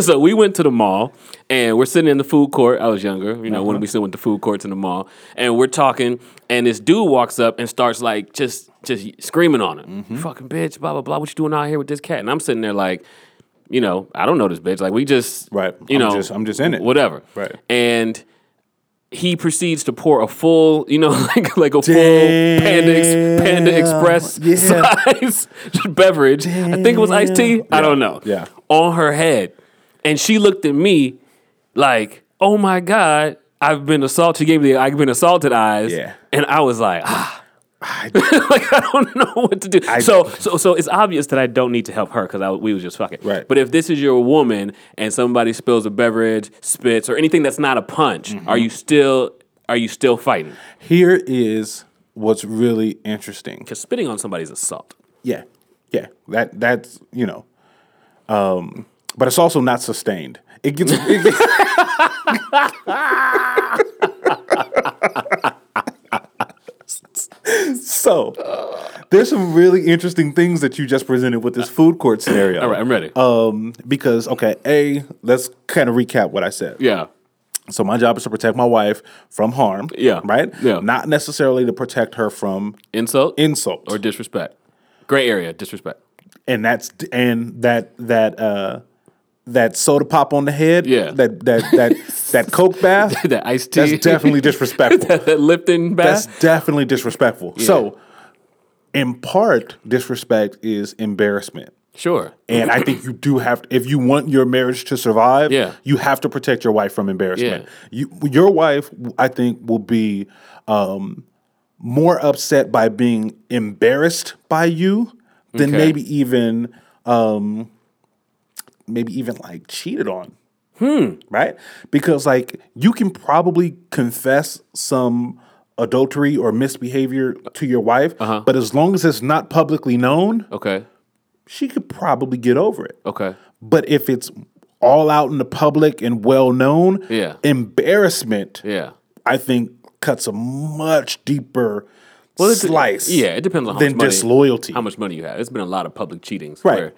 [SPEAKER 2] so we went to the mall and we're sitting in the food court. I was younger, you know,
[SPEAKER 1] Uh-huh.
[SPEAKER 2] when we still went to food courts in the mall, and we're talking, and this dude walks up and starts like just just screaming on him,
[SPEAKER 1] Mm-hmm.
[SPEAKER 2] fucking bitch, blah blah blah. What you doing out here with this cat? And I'm sitting there like. You know, I don't know this bitch. Like we just,
[SPEAKER 1] Right.
[SPEAKER 2] You
[SPEAKER 1] I'm
[SPEAKER 2] know,
[SPEAKER 1] just- I'm just in it.
[SPEAKER 2] Whatever.
[SPEAKER 1] Right.
[SPEAKER 2] And he proceeds to pour a full, you know, like like a full Panda,
[SPEAKER 1] Damn.
[SPEAKER 2] Ex- Panda Express
[SPEAKER 1] Yeah.
[SPEAKER 2] size beverage. I think it was iced tea. I don't know.
[SPEAKER 1] Yeah.
[SPEAKER 2] On her head. And she looked at me like, oh my God, I've been assaulted. She gave me the I've been assaulted eyes.
[SPEAKER 1] Yeah.
[SPEAKER 2] And I was like, ah.
[SPEAKER 1] I-
[SPEAKER 2] like I don't know what to do. so so so it's obvious that I don't need to help her because we was just fucking.
[SPEAKER 1] Right.
[SPEAKER 2] But if this is your woman and somebody spills a beverage, spits, or anything that's not a punch,
[SPEAKER 1] Mm-hmm.
[SPEAKER 2] are you still are you still fighting?
[SPEAKER 1] Here is what's really interesting.
[SPEAKER 2] Because spitting on somebody's assault.
[SPEAKER 1] Yeah, yeah. That that's you know, um, but it's also not sustained. It gets. It gets so there's some really interesting things that you just presented with this food court scenario.
[SPEAKER 2] All right, I'm ready.
[SPEAKER 1] Um, because okay, a let's kind of recap what I said.
[SPEAKER 2] yeah.
[SPEAKER 1] So my job is to protect my wife from harm.
[SPEAKER 2] Yeah.
[SPEAKER 1] Right.
[SPEAKER 2] Yeah.
[SPEAKER 1] Not necessarily to protect her from
[SPEAKER 2] Insult
[SPEAKER 1] insult.
[SPEAKER 2] or disrespect. Gray area, disrespect.
[SPEAKER 1] and that's and that that uh that soda pop on the head.
[SPEAKER 2] Yeah.
[SPEAKER 1] That that that that Coke bath.
[SPEAKER 2] That iced tea.
[SPEAKER 1] that's definitely disrespectful.
[SPEAKER 2] that Lipton
[SPEAKER 1] That's
[SPEAKER 2] bath.
[SPEAKER 1] definitely disrespectful. So, in part, disrespect is embarrassment.
[SPEAKER 2] sure.
[SPEAKER 1] And I think you do have, if you want your marriage to survive,
[SPEAKER 2] Yeah.
[SPEAKER 1] you have to protect your wife from embarrassment.
[SPEAKER 2] Yeah.
[SPEAKER 1] You, your wife, I think, will be um, more upset by being embarrassed by you than
[SPEAKER 2] Okay.
[SPEAKER 1] maybe even, um, maybe even like cheated on.
[SPEAKER 2] Hmm.
[SPEAKER 1] Right? Because like you can probably confess some adultery or misbehavior to your wife,
[SPEAKER 2] Uh-huh.
[SPEAKER 1] but as long as it's not publicly known,
[SPEAKER 2] Okay.
[SPEAKER 1] she could probably get over it.
[SPEAKER 2] Okay.
[SPEAKER 1] But if it's all out in the public and well known,
[SPEAKER 2] Yeah.
[SPEAKER 1] embarrassment,
[SPEAKER 2] Yeah.
[SPEAKER 1] I think, cuts a much deeper slice.
[SPEAKER 2] Yeah, it depends on how
[SPEAKER 1] than
[SPEAKER 2] much money,
[SPEAKER 1] disloyalty.
[SPEAKER 2] How much money you have. There's been a lot of public cheatings.
[SPEAKER 1] Right.
[SPEAKER 2] where-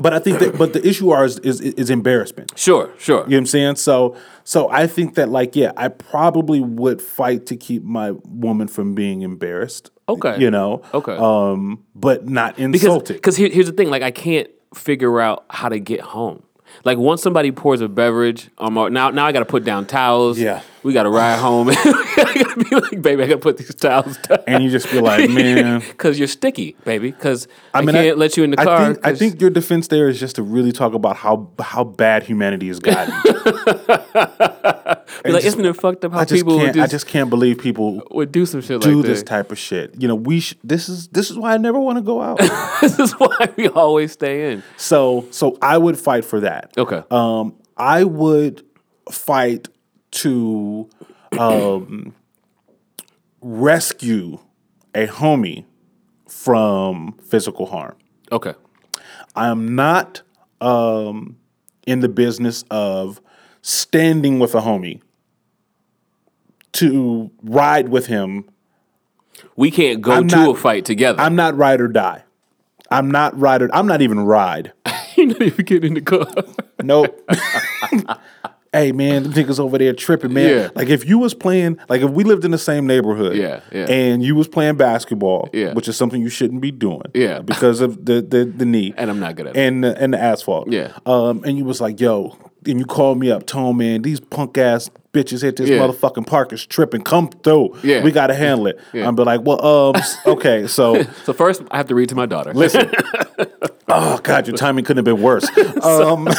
[SPEAKER 1] But I think that but the issue are is, is is embarrassment.
[SPEAKER 2] sure. Sure.
[SPEAKER 1] You know what I'm saying? So so I think that like yeah, I probably would fight to keep my woman from being embarrassed.
[SPEAKER 2] Okay.
[SPEAKER 1] You know?
[SPEAKER 2] Okay.
[SPEAKER 1] Um, but not
[SPEAKER 2] because
[SPEAKER 1] insulted.
[SPEAKER 2] because here, here's the thing like i can't figure out how to get home like once somebody pours a beverage um, or- now now i gotta put down towels
[SPEAKER 1] Yeah.
[SPEAKER 2] we gotta ride home i gotta be like baby i gotta put these towels down
[SPEAKER 1] and you just be like, man.
[SPEAKER 2] because you're sticky baby because i,
[SPEAKER 1] mean,
[SPEAKER 2] can't let you in the
[SPEAKER 1] I
[SPEAKER 2] car
[SPEAKER 1] Think, I
[SPEAKER 2] 'cause-
[SPEAKER 1] think your defense there is just to really talk about how how bad humanity has gotten.
[SPEAKER 2] be like isn't it fucked up how
[SPEAKER 1] I just
[SPEAKER 2] people would
[SPEAKER 1] can't.
[SPEAKER 2] do,
[SPEAKER 1] I just can't believe people
[SPEAKER 2] would do some shit
[SPEAKER 1] do
[SPEAKER 2] like
[SPEAKER 1] this
[SPEAKER 2] this
[SPEAKER 1] type of shit. You know, we sh- this is this is why I never want to go out.
[SPEAKER 2] this is why we always stay in
[SPEAKER 1] so so I would fight for that.
[SPEAKER 2] okay
[SPEAKER 1] Um, I would fight to um, rescue a homie from physical harm.
[SPEAKER 2] okay
[SPEAKER 1] I'm not um, in the business of standing with a homie to ride with him.
[SPEAKER 2] we can't go to
[SPEAKER 1] not-
[SPEAKER 2] a fight together
[SPEAKER 1] I'm not ride or die. I'm not ride or I'm not even ride.
[SPEAKER 2] you're not even getting in the car
[SPEAKER 1] Nope. hey man, them niggas over there tripping, man.
[SPEAKER 2] Yeah.
[SPEAKER 1] Like if you was playing, like if we lived in the same neighborhood,
[SPEAKER 2] Yeah, yeah.
[SPEAKER 1] and you was playing basketball,
[SPEAKER 2] Yeah.
[SPEAKER 1] which is something you shouldn't be doing,
[SPEAKER 2] Yeah.
[SPEAKER 1] because of the the, the knee,
[SPEAKER 2] and i'm not good at it
[SPEAKER 1] and the, and the asphalt.
[SPEAKER 2] Yeah.
[SPEAKER 1] Um, and you was like, yo, and you called me up, Tone man, these punk ass bitches hit this
[SPEAKER 2] Yeah.
[SPEAKER 1] motherfucking park is tripping. Come through.
[SPEAKER 2] Yeah.
[SPEAKER 1] We gotta handle it. I'm be like, well, um, s- okay, so
[SPEAKER 2] so first i have to read to my daughter
[SPEAKER 1] listen. oh God, your timing couldn't have been worse. Um,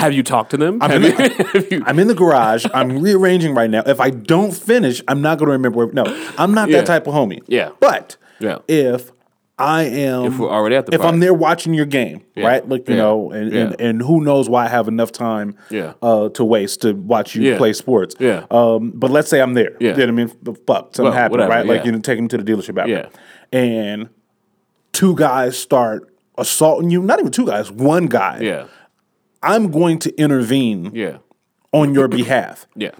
[SPEAKER 2] Have you talked to them? Have you- have you-
[SPEAKER 1] I'm in the garage. I'm rearranging right now. If I don't finish, I'm not gonna remember. Where, no, I'm not
[SPEAKER 2] Yeah.
[SPEAKER 1] that type of homie.
[SPEAKER 2] Yeah.
[SPEAKER 1] But
[SPEAKER 2] Yeah.
[SPEAKER 1] if I am
[SPEAKER 2] If we're already at the
[SPEAKER 1] if
[SPEAKER 2] park.
[SPEAKER 1] I'm there watching your game, right? Like you
[SPEAKER 2] Yeah.
[SPEAKER 1] know, and, and
[SPEAKER 2] Yeah.
[SPEAKER 1] and who knows why I have enough time
[SPEAKER 2] Yeah.
[SPEAKER 1] uh, to waste to watch you
[SPEAKER 2] Yeah.
[SPEAKER 1] play sports.
[SPEAKER 2] Yeah.
[SPEAKER 1] Um, but let's say I'm there.
[SPEAKER 2] Yeah.
[SPEAKER 1] You know what I mean? F- Fuck, something
[SPEAKER 2] Well,
[SPEAKER 1] happened,
[SPEAKER 2] whatever,
[SPEAKER 1] right? Like
[SPEAKER 2] yeah.
[SPEAKER 1] you know, taking them to the dealership after.
[SPEAKER 2] Yeah.
[SPEAKER 1] And two guys start assaulting you. Not even two guys, one guy.
[SPEAKER 2] yeah,
[SPEAKER 1] I'm going to intervene
[SPEAKER 2] yeah,
[SPEAKER 1] on your behalf
[SPEAKER 2] yeah,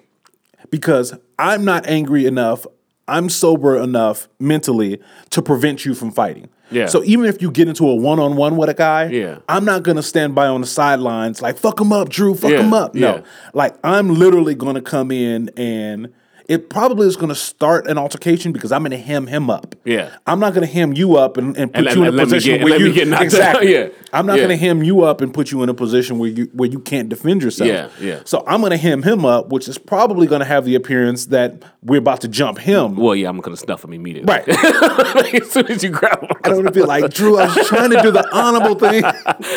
[SPEAKER 1] because I'm not angry enough. I'm sober enough mentally to prevent you from fighting.
[SPEAKER 2] Yeah.
[SPEAKER 1] So even if you get into a one on one with a guy,
[SPEAKER 2] Yeah.
[SPEAKER 1] I'm not gonna stand by on the sidelines like fuck him up, Drew, fuck
[SPEAKER 2] Yeah,
[SPEAKER 1] him up. No,
[SPEAKER 2] yeah.
[SPEAKER 1] like I'm literally gonna come in and it probably is gonna start an altercation because I'm gonna hem him up.
[SPEAKER 2] Yeah.
[SPEAKER 1] I'm not gonna hem you up and, and put
[SPEAKER 2] And-
[SPEAKER 1] you
[SPEAKER 2] and
[SPEAKER 1] in a
[SPEAKER 2] let me
[SPEAKER 1] position
[SPEAKER 2] get-
[SPEAKER 1] where
[SPEAKER 2] let
[SPEAKER 1] you
[SPEAKER 2] me get knocked out.
[SPEAKER 1] exactly.
[SPEAKER 2] Yeah.
[SPEAKER 1] I'm not
[SPEAKER 2] Yeah.
[SPEAKER 1] gonna hem you up and put you in a position where you where you can't defend yourself.
[SPEAKER 2] Yeah, yeah.
[SPEAKER 1] So I'm going to hem him up, which is probably going to have the appearance that we're about to jump him.
[SPEAKER 2] Well, yeah, I'm gonna snuff him immediately.
[SPEAKER 1] Right. I
[SPEAKER 2] as soon as you grab him.
[SPEAKER 1] don't want to be like, Drew, I was trying to do the honorable thing.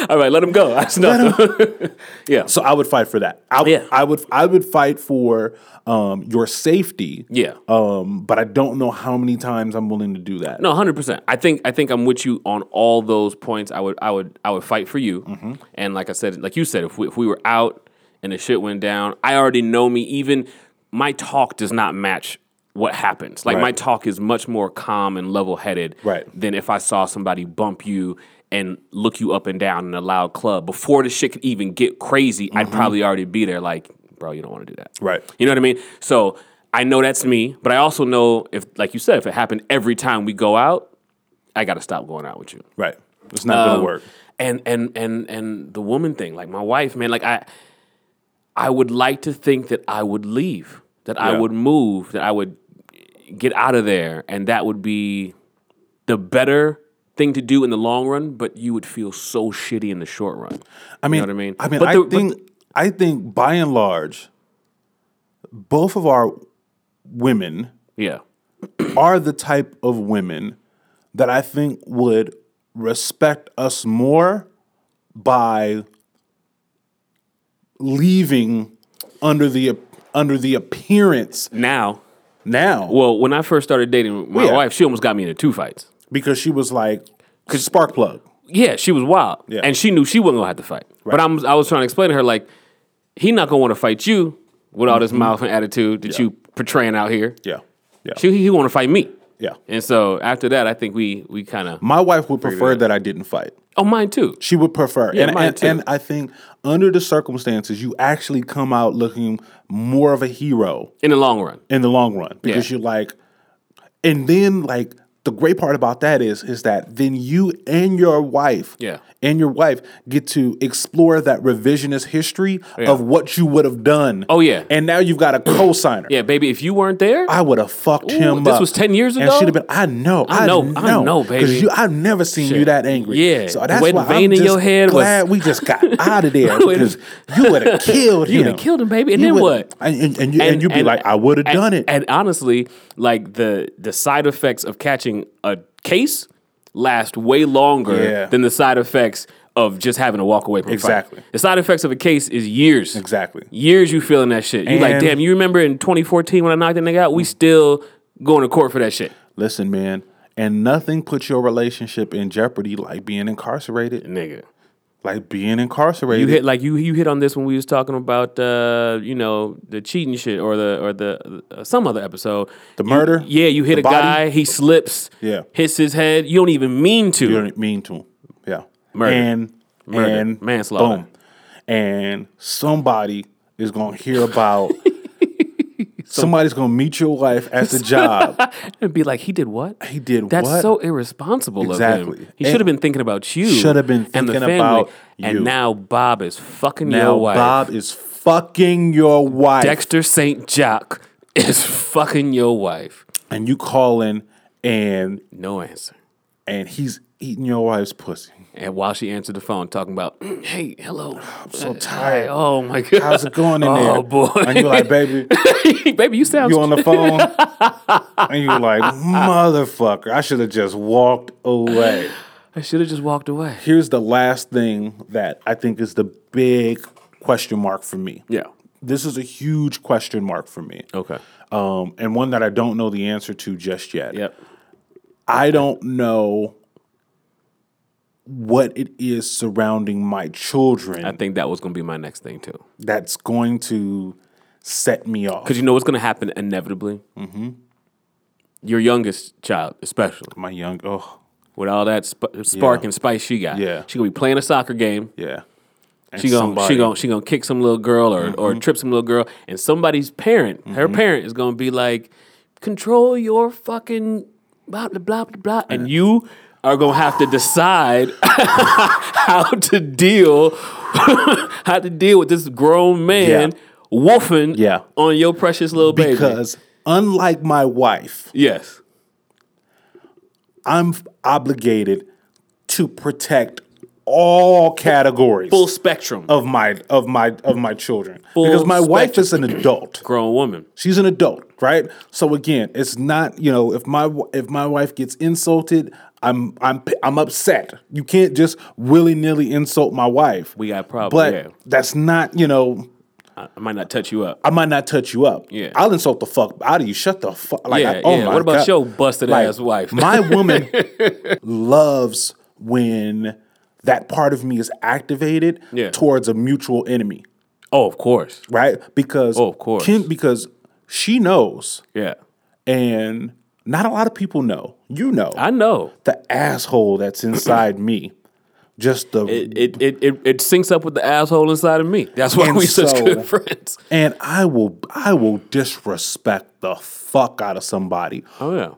[SPEAKER 2] All right, let him go. I snuffed him. yeah.
[SPEAKER 1] So I would fight for that. I,
[SPEAKER 2] Yeah.
[SPEAKER 1] I would I would fight for um, your safety.
[SPEAKER 2] Yeah.
[SPEAKER 1] Um, but I don't know how many times I'm willing to do that.
[SPEAKER 2] No, hundred percent. I think I think I'm with you on all those points. I would I would I would fight for you. And like I said, like you said, if we, if we were out and the shit went down, I already know me. Even my talk does not match what happens. Like my
[SPEAKER 1] Right.
[SPEAKER 2] talk is much more calm and level headed
[SPEAKER 1] Right.
[SPEAKER 2] than if I saw somebody bump you and look you up and down in a loud club before the shit could even get crazy. I'd probably already be there. Like, bro, you don't want to do that.
[SPEAKER 1] Right.
[SPEAKER 2] You know what I mean? So I know that's me, but I also know if, like you said, if it happened every time we go out, I got to stop going out with you.
[SPEAKER 1] Right. It's not gonna work.
[SPEAKER 2] And and and and the woman thing, like my wife, man, like I, I would like to think that I would leave, that I
[SPEAKER 1] Yeah.
[SPEAKER 2] would move, that I would get out of there, and that would be the better thing to do in the long run. But you would feel so shitty in the short run.
[SPEAKER 1] I mean,
[SPEAKER 2] what I mean?
[SPEAKER 1] I mean,
[SPEAKER 2] But
[SPEAKER 1] I
[SPEAKER 2] the- but
[SPEAKER 1] think I think by and large, both of our women
[SPEAKER 2] Yeah,
[SPEAKER 1] are the type of women that I think would respect us more by leaving under the under the appearance
[SPEAKER 2] now.
[SPEAKER 1] now
[SPEAKER 2] Well, when I first started dating my
[SPEAKER 1] Yeah.
[SPEAKER 2] wife, she almost got me into two fights.
[SPEAKER 1] because she was like spark plug.
[SPEAKER 2] Yeah, she was wild,
[SPEAKER 1] Yeah.
[SPEAKER 2] and she knew she wasn't gonna have to fight. But I'm, I was trying to explain to her like, he not gonna want to fight you with all this mouth and attitude that you portraying out here.
[SPEAKER 1] Mm-hmm. Yeah. Yeah.
[SPEAKER 2] She, he want to fight me,
[SPEAKER 1] yeah.
[SPEAKER 2] and so after that, I think we we kind of
[SPEAKER 1] My wife would prefer that I didn't fight.
[SPEAKER 2] oh mine too.
[SPEAKER 1] She would prefer. and,
[SPEAKER 2] mine
[SPEAKER 1] and,
[SPEAKER 2] too.
[SPEAKER 1] and I think under the circumstances, you actually come out looking more of a hero
[SPEAKER 2] In the long run,
[SPEAKER 1] in the long run because
[SPEAKER 2] Yeah.
[SPEAKER 1] you're like, and then like the great part about that is is that then you and your wife,
[SPEAKER 2] Yeah.
[SPEAKER 1] and your wife get to explore that revisionist history of what you would have done.
[SPEAKER 2] Oh, yeah.
[SPEAKER 1] and now you've got a co-signer.
[SPEAKER 2] yeah, baby. If you weren't there,
[SPEAKER 1] I would have fucked him
[SPEAKER 2] this
[SPEAKER 1] up.
[SPEAKER 2] was 10 years
[SPEAKER 1] And
[SPEAKER 2] ago?
[SPEAKER 1] she'd have been. I know. I
[SPEAKER 2] know,
[SPEAKER 1] know.
[SPEAKER 2] I know, baby.
[SPEAKER 1] Because I've never seen you that angry.
[SPEAKER 2] Yeah.
[SPEAKER 1] So that's
[SPEAKER 2] The way the
[SPEAKER 1] why
[SPEAKER 2] vein
[SPEAKER 1] I'm
[SPEAKER 2] in
[SPEAKER 1] just
[SPEAKER 2] your head was-
[SPEAKER 1] glad we just got out of there
[SPEAKER 2] would've-
[SPEAKER 1] because you would have killed him.
[SPEAKER 2] You would've killed him, baby. And
[SPEAKER 1] You
[SPEAKER 2] then
[SPEAKER 1] would've-
[SPEAKER 2] what?
[SPEAKER 1] And, and, and, you, and, you'd be like, I would have
[SPEAKER 2] and-
[SPEAKER 1] done it.
[SPEAKER 2] And honestly, like the the side effects of catching a case last way longer
[SPEAKER 1] Yeah.
[SPEAKER 2] than the side effects of just having to walk away from a fight.
[SPEAKER 1] Exactly.
[SPEAKER 2] The side effects of a case is years.
[SPEAKER 1] exactly.
[SPEAKER 2] Years you feeling that shit. You like,
[SPEAKER 1] And-
[SPEAKER 2] damn, you remember in 2014 when I knocked that nigga out? We still going to court for that shit.
[SPEAKER 1] Listen, man. And nothing puts your relationship in jeopardy like being incarcerated.
[SPEAKER 2] Nigga.
[SPEAKER 1] Like being incarcerated.
[SPEAKER 2] You hit like you you hit on this when we was talking about uh, you know the cheating shit or the or the uh, some other episode.
[SPEAKER 1] The murder?
[SPEAKER 2] yeah, you hit
[SPEAKER 1] The
[SPEAKER 2] a
[SPEAKER 1] body?
[SPEAKER 2] guy, he slips,
[SPEAKER 1] Yeah.
[SPEAKER 2] hits his head. You don't even mean to.
[SPEAKER 1] you don't mean to him. Yeah.
[SPEAKER 2] Murder.
[SPEAKER 1] And
[SPEAKER 2] Murder.
[SPEAKER 1] and
[SPEAKER 2] Manslaughter.
[SPEAKER 1] Boom. And somebody is gonna hear about somebody's gonna meet your wife at the job.
[SPEAKER 2] and be like, he did what?
[SPEAKER 1] He did
[SPEAKER 2] That's
[SPEAKER 1] what?
[SPEAKER 2] so irresponsible of
[SPEAKER 1] Exactly.
[SPEAKER 2] him. He
[SPEAKER 1] And-
[SPEAKER 2] should have been thinking about you.
[SPEAKER 1] Should have been
[SPEAKER 2] and the
[SPEAKER 1] thinking
[SPEAKER 2] family.
[SPEAKER 1] about you.
[SPEAKER 2] And now Bob is fucking
[SPEAKER 1] now
[SPEAKER 2] your wife.
[SPEAKER 1] Bob is fucking your wife,
[SPEAKER 2] Dexter St. Jock is fucking your wife.
[SPEAKER 1] and you call in and
[SPEAKER 2] No answer.
[SPEAKER 1] and he's eating your wife's pussy.
[SPEAKER 2] And while she answered the phone, talking about, hey, hello. I'm
[SPEAKER 1] so tired.
[SPEAKER 2] oh my god.
[SPEAKER 1] How's it going in
[SPEAKER 2] oh,
[SPEAKER 1] there?
[SPEAKER 2] boy.
[SPEAKER 1] And you're like, baby,
[SPEAKER 2] baby, you sound
[SPEAKER 1] you on the phone, and you're like, motherfucker, I should have just walked away.
[SPEAKER 2] I should have just walked away.
[SPEAKER 1] here's the last thing that I think is the big question mark for me.
[SPEAKER 2] Yeah.
[SPEAKER 1] This is a huge question mark for me.
[SPEAKER 2] Okay.
[SPEAKER 1] Um, and one that I don't know the answer to just yet.
[SPEAKER 2] Yep.
[SPEAKER 1] I don't know what it is surrounding my children
[SPEAKER 2] I think that was gonna be my next thing too.
[SPEAKER 1] that's going to set me off.
[SPEAKER 2] Because you know what's going to happen inevitably? Mm-hmm. Your youngest child, especially,
[SPEAKER 1] My young, oh,
[SPEAKER 2] with all that sp- spark
[SPEAKER 1] Yeah.
[SPEAKER 2] and spice she got.
[SPEAKER 1] Yeah.
[SPEAKER 2] She going to be playing a soccer game.
[SPEAKER 1] yeah. And
[SPEAKER 2] She going to
[SPEAKER 1] somebody- Mm-hmm.
[SPEAKER 2] she gonna, she gonna kick some little girl or, or trip some little girl. And somebody's parent, her parent, is going to be like, control your fucking blah, blah, blah, blah, blah. And you are going to have to decide how to deal how to deal with this grown man
[SPEAKER 1] Yeah.
[SPEAKER 2] wolfing
[SPEAKER 1] Yeah.
[SPEAKER 2] on your precious little baby.
[SPEAKER 1] Because unlike my wife,
[SPEAKER 2] Yes.
[SPEAKER 1] I'm f- obligated to protect all categories
[SPEAKER 2] Full spectrum.
[SPEAKER 1] of my of my of my children
[SPEAKER 2] Full
[SPEAKER 1] because my wife is an adult.
[SPEAKER 2] grown woman.
[SPEAKER 1] She's an adult, right? So again, it's not you know if my w- if my wife gets insulted, I'm I'm p- I'm upset. You can't just willy nilly insult my wife.
[SPEAKER 2] We got problems.
[SPEAKER 1] but
[SPEAKER 2] yeah.
[SPEAKER 1] that's not you know.
[SPEAKER 2] I, I might not touch you up.
[SPEAKER 1] I might not touch you up.
[SPEAKER 2] Yeah.
[SPEAKER 1] I'll insult the fuck out of you. Shut the fuck. Like,
[SPEAKER 2] Yeah,
[SPEAKER 1] I, oh
[SPEAKER 2] yeah.
[SPEAKER 1] my
[SPEAKER 2] What about
[SPEAKER 1] God.
[SPEAKER 2] your busted ass wife?
[SPEAKER 1] my woman loves when that part of me is activated
[SPEAKER 2] Yeah.
[SPEAKER 1] towards a mutual enemy,
[SPEAKER 2] Oh, of course.
[SPEAKER 1] right? Because
[SPEAKER 2] Oh, of course.
[SPEAKER 1] Kim, because she knows,
[SPEAKER 2] Yeah.
[SPEAKER 1] and not a lot of people know. You know,
[SPEAKER 2] I know.
[SPEAKER 1] the asshole that's inside me Just the
[SPEAKER 2] It it, it, it it syncs up with the asshole inside of me. That's why
[SPEAKER 1] And
[SPEAKER 2] we such
[SPEAKER 1] so-
[SPEAKER 2] good friends.
[SPEAKER 1] and I will I will disrespect the fuck out of somebody.
[SPEAKER 2] Oh yeah.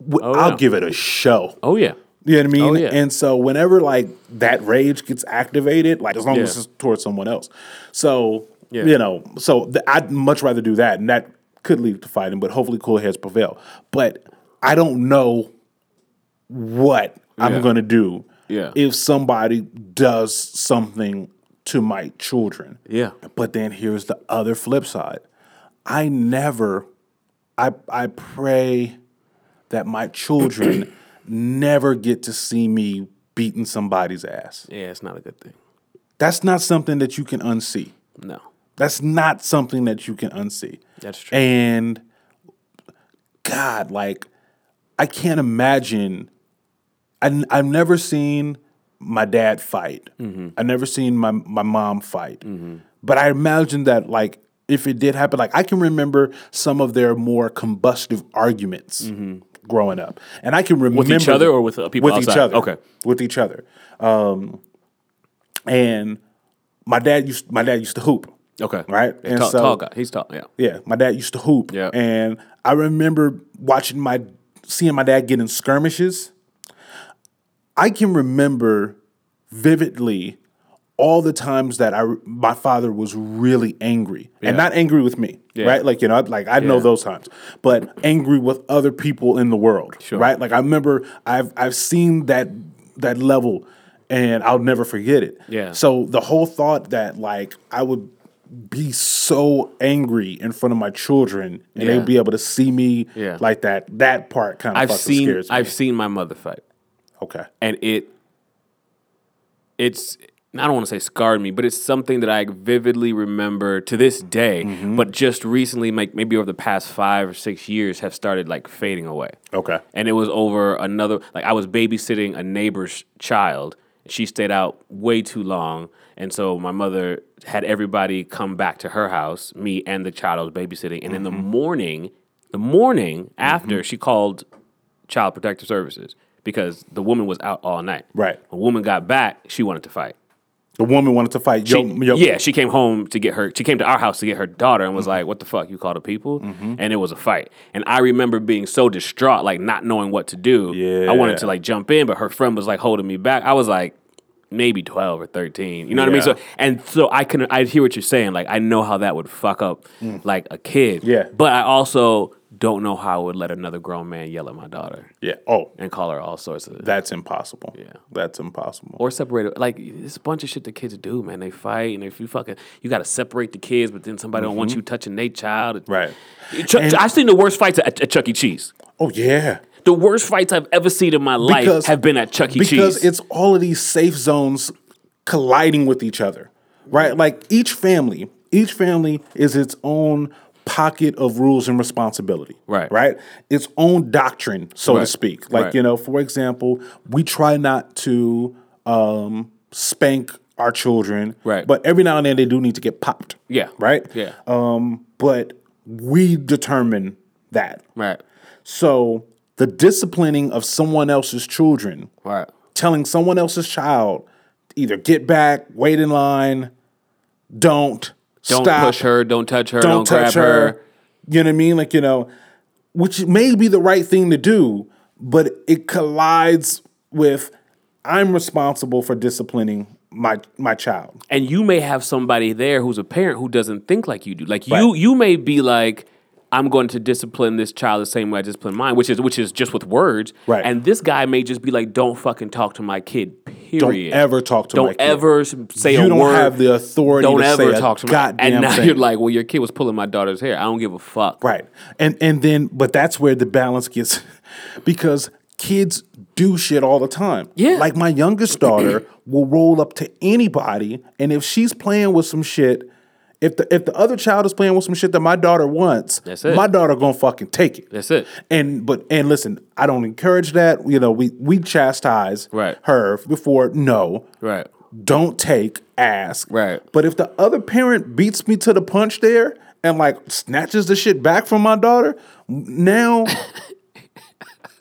[SPEAKER 1] W-
[SPEAKER 2] Oh,
[SPEAKER 1] I'll
[SPEAKER 2] yeah.
[SPEAKER 1] give it a show.
[SPEAKER 2] Oh yeah.
[SPEAKER 1] You know what I mean?
[SPEAKER 2] Oh, yeah.
[SPEAKER 1] And so whenever like that rage gets activated, like as long as
[SPEAKER 2] Yeah.
[SPEAKER 1] it's towards someone else. So
[SPEAKER 2] Yeah.
[SPEAKER 1] you know, so th- I'd much rather do that, and that could lead to fighting. But hopefully, cool heads prevail. But I don't know what
[SPEAKER 2] Yeah.
[SPEAKER 1] I'm gonna do
[SPEAKER 2] Yeah.
[SPEAKER 1] if somebody does something to my children.
[SPEAKER 2] Yeah.
[SPEAKER 1] But then here's the other flip side. I never I I pray that my children never get to see me beating somebody's ass.
[SPEAKER 2] Yeah, it's not a good thing.
[SPEAKER 1] That's not something that you can unsee.
[SPEAKER 2] No.
[SPEAKER 1] That's not something that you can unsee.
[SPEAKER 2] That's true.
[SPEAKER 1] And God, like, I can't imagine. I, n- I've never seen my dad fight.
[SPEAKER 2] Mm-hmm.
[SPEAKER 1] I've never seen my, my mom fight. But I imagine that, like, if it did happen, like, I can remember some of their more combustive arguments growing up. And I can remember.
[SPEAKER 2] Mm-hmm. each other or with, uh, people
[SPEAKER 1] With each
[SPEAKER 2] outside?
[SPEAKER 1] other.
[SPEAKER 2] Okay.
[SPEAKER 1] With each other. Um, and my dad used my dad used to hoop.
[SPEAKER 2] Okay.
[SPEAKER 1] Right?
[SPEAKER 2] Yeah,
[SPEAKER 1] And
[SPEAKER 2] tall,
[SPEAKER 1] so-
[SPEAKER 2] tall guy. He's tall. Yeah.
[SPEAKER 1] Yeah, my dad used to hoop.
[SPEAKER 2] Yeah.
[SPEAKER 1] And I remember watching my seeing my dad get in skirmishes. I can remember vividly all the times that I my father was really angry. And not angry with me, right? Like, you know, I'd- like I know
[SPEAKER 2] Yeah.
[SPEAKER 1] those times, but angry with other people in the world, right? Like I remember I've I've seen that that level and I'll never forget it.
[SPEAKER 2] Yeah.
[SPEAKER 1] So the whole thought that like I would be so angry in front of my children and
[SPEAKER 2] Yeah.
[SPEAKER 1] they'd be able to see me
[SPEAKER 2] Yeah.
[SPEAKER 1] like that, that part kind of
[SPEAKER 2] I've
[SPEAKER 1] fucking
[SPEAKER 2] seen
[SPEAKER 1] scares me.
[SPEAKER 2] I've seen my mother fight.
[SPEAKER 1] okay.
[SPEAKER 2] and it it's I don't want to say scarred me, but it's something that I vividly remember to this day.
[SPEAKER 1] Mm-hmm.
[SPEAKER 2] But just recently, like maybe over the past five or six years, have started like fading away.
[SPEAKER 1] Okay.
[SPEAKER 2] And it was over another like I was babysitting a neighbor's child. She stayed out way too long, and so my mother had everybody come back to her house, me and the child I was babysitting. And in the morning, the morning after, she called Child Protective Services because the woman was out all night.
[SPEAKER 1] Right.
[SPEAKER 2] A woman got back, she wanted to fight.
[SPEAKER 1] The woman wanted to fight. Yo, yo, Mm-hmm.
[SPEAKER 2] Yeah, she came home to get her. She came to our house to get her daughter and was like, "What the fuck? You call the people?" And it was a fight. And I remember being so distraught, like not knowing what to do. I wanted to
[SPEAKER 1] Yeah.
[SPEAKER 2] like jump in, but her friend was like holding me back. I was like, maybe twelve or thirteen. You know what I mean?
[SPEAKER 1] Yeah.
[SPEAKER 2] So and so I can I hear what you're saying. Like I know how that would fuck up like a kid.
[SPEAKER 1] Mm. Yeah.
[SPEAKER 2] But I also don't know how I would let another grown man yell at my daughter
[SPEAKER 1] yeah. Oh,
[SPEAKER 2] and call her all sorts of
[SPEAKER 1] that's impossible.
[SPEAKER 2] Yeah.
[SPEAKER 1] That's impossible.
[SPEAKER 2] or separate it. Like it's a bunch of shit that kids do, man. They fight, and if you fucking, you got to separate the kids, but then somebody don't want you touching their child.
[SPEAKER 1] Mm-hmm. Right.
[SPEAKER 2] Ch- I've seen the worst fights at, at Chuck E. Cheese.
[SPEAKER 1] Oh, yeah.
[SPEAKER 2] The worst fights I've ever seen in my life
[SPEAKER 1] Because-
[SPEAKER 2] have been at Chuck E.
[SPEAKER 1] because
[SPEAKER 2] Cheese.
[SPEAKER 1] it's all of these safe zones colliding with each other, right? Like each family, each family is its own pocket of rules and responsibility,
[SPEAKER 2] Right.
[SPEAKER 1] Right, its own doctrine, so to
[SPEAKER 2] Right.
[SPEAKER 1] speak. Like
[SPEAKER 2] Right.
[SPEAKER 1] you know, for example, we try not to um, spank our children,
[SPEAKER 2] Right.
[SPEAKER 1] But every now and then they do need to get popped,
[SPEAKER 2] yeah,
[SPEAKER 1] right,
[SPEAKER 2] Yeah,
[SPEAKER 1] Um, but we determine that.
[SPEAKER 2] right,
[SPEAKER 1] So the disciplining of someone else's children
[SPEAKER 2] right.
[SPEAKER 1] telling someone else's child either get back, wait in line, don't,
[SPEAKER 2] Don't
[SPEAKER 1] stop,
[SPEAKER 2] push her. Don't touch her.
[SPEAKER 1] don't,
[SPEAKER 2] Don't,
[SPEAKER 1] touch
[SPEAKER 2] grab her.
[SPEAKER 1] her. You know what I mean? Like, you know, which may be the right thing to do, but it collides with I'm responsible for disciplining my my child.
[SPEAKER 2] And you may have somebody there who's a parent who doesn't think like you do. Like you, you may be like. I'm going to discipline this child the same way I discipline mine, which is which is just with words.
[SPEAKER 1] Right.
[SPEAKER 2] And this guy may just be like, "Don't fucking talk to my kid." Period.
[SPEAKER 1] Don't ever talk to my
[SPEAKER 2] don't
[SPEAKER 1] kid.
[SPEAKER 2] ever s- say
[SPEAKER 1] You
[SPEAKER 2] a
[SPEAKER 1] don't
[SPEAKER 2] word.
[SPEAKER 1] have the authority
[SPEAKER 2] Don't
[SPEAKER 1] to
[SPEAKER 2] ever
[SPEAKER 1] say a
[SPEAKER 2] talk to me.
[SPEAKER 1] goddamn
[SPEAKER 2] and now
[SPEAKER 1] thing.
[SPEAKER 2] you're like, well, your kid was pulling my daughter's hair. I don't give a fuck.
[SPEAKER 1] Right. And and then but that's where the balance gets because kids do shit all the time.
[SPEAKER 2] Yeah.
[SPEAKER 1] Like my youngest daughter will roll up to anybody and if she's playing with some shit, if the if the other child is playing with some shit that my daughter wants,
[SPEAKER 2] That's it.
[SPEAKER 1] my daughter gonna fucking take it.
[SPEAKER 2] That's it.
[SPEAKER 1] And but and listen, I don't encourage that. You know, we we chastise
[SPEAKER 2] Right.
[SPEAKER 1] her before no
[SPEAKER 2] Right.
[SPEAKER 1] don't take, ask.
[SPEAKER 2] Right.
[SPEAKER 1] But if the other parent beats me to the punch there and like snatches the shit back from my daughter, now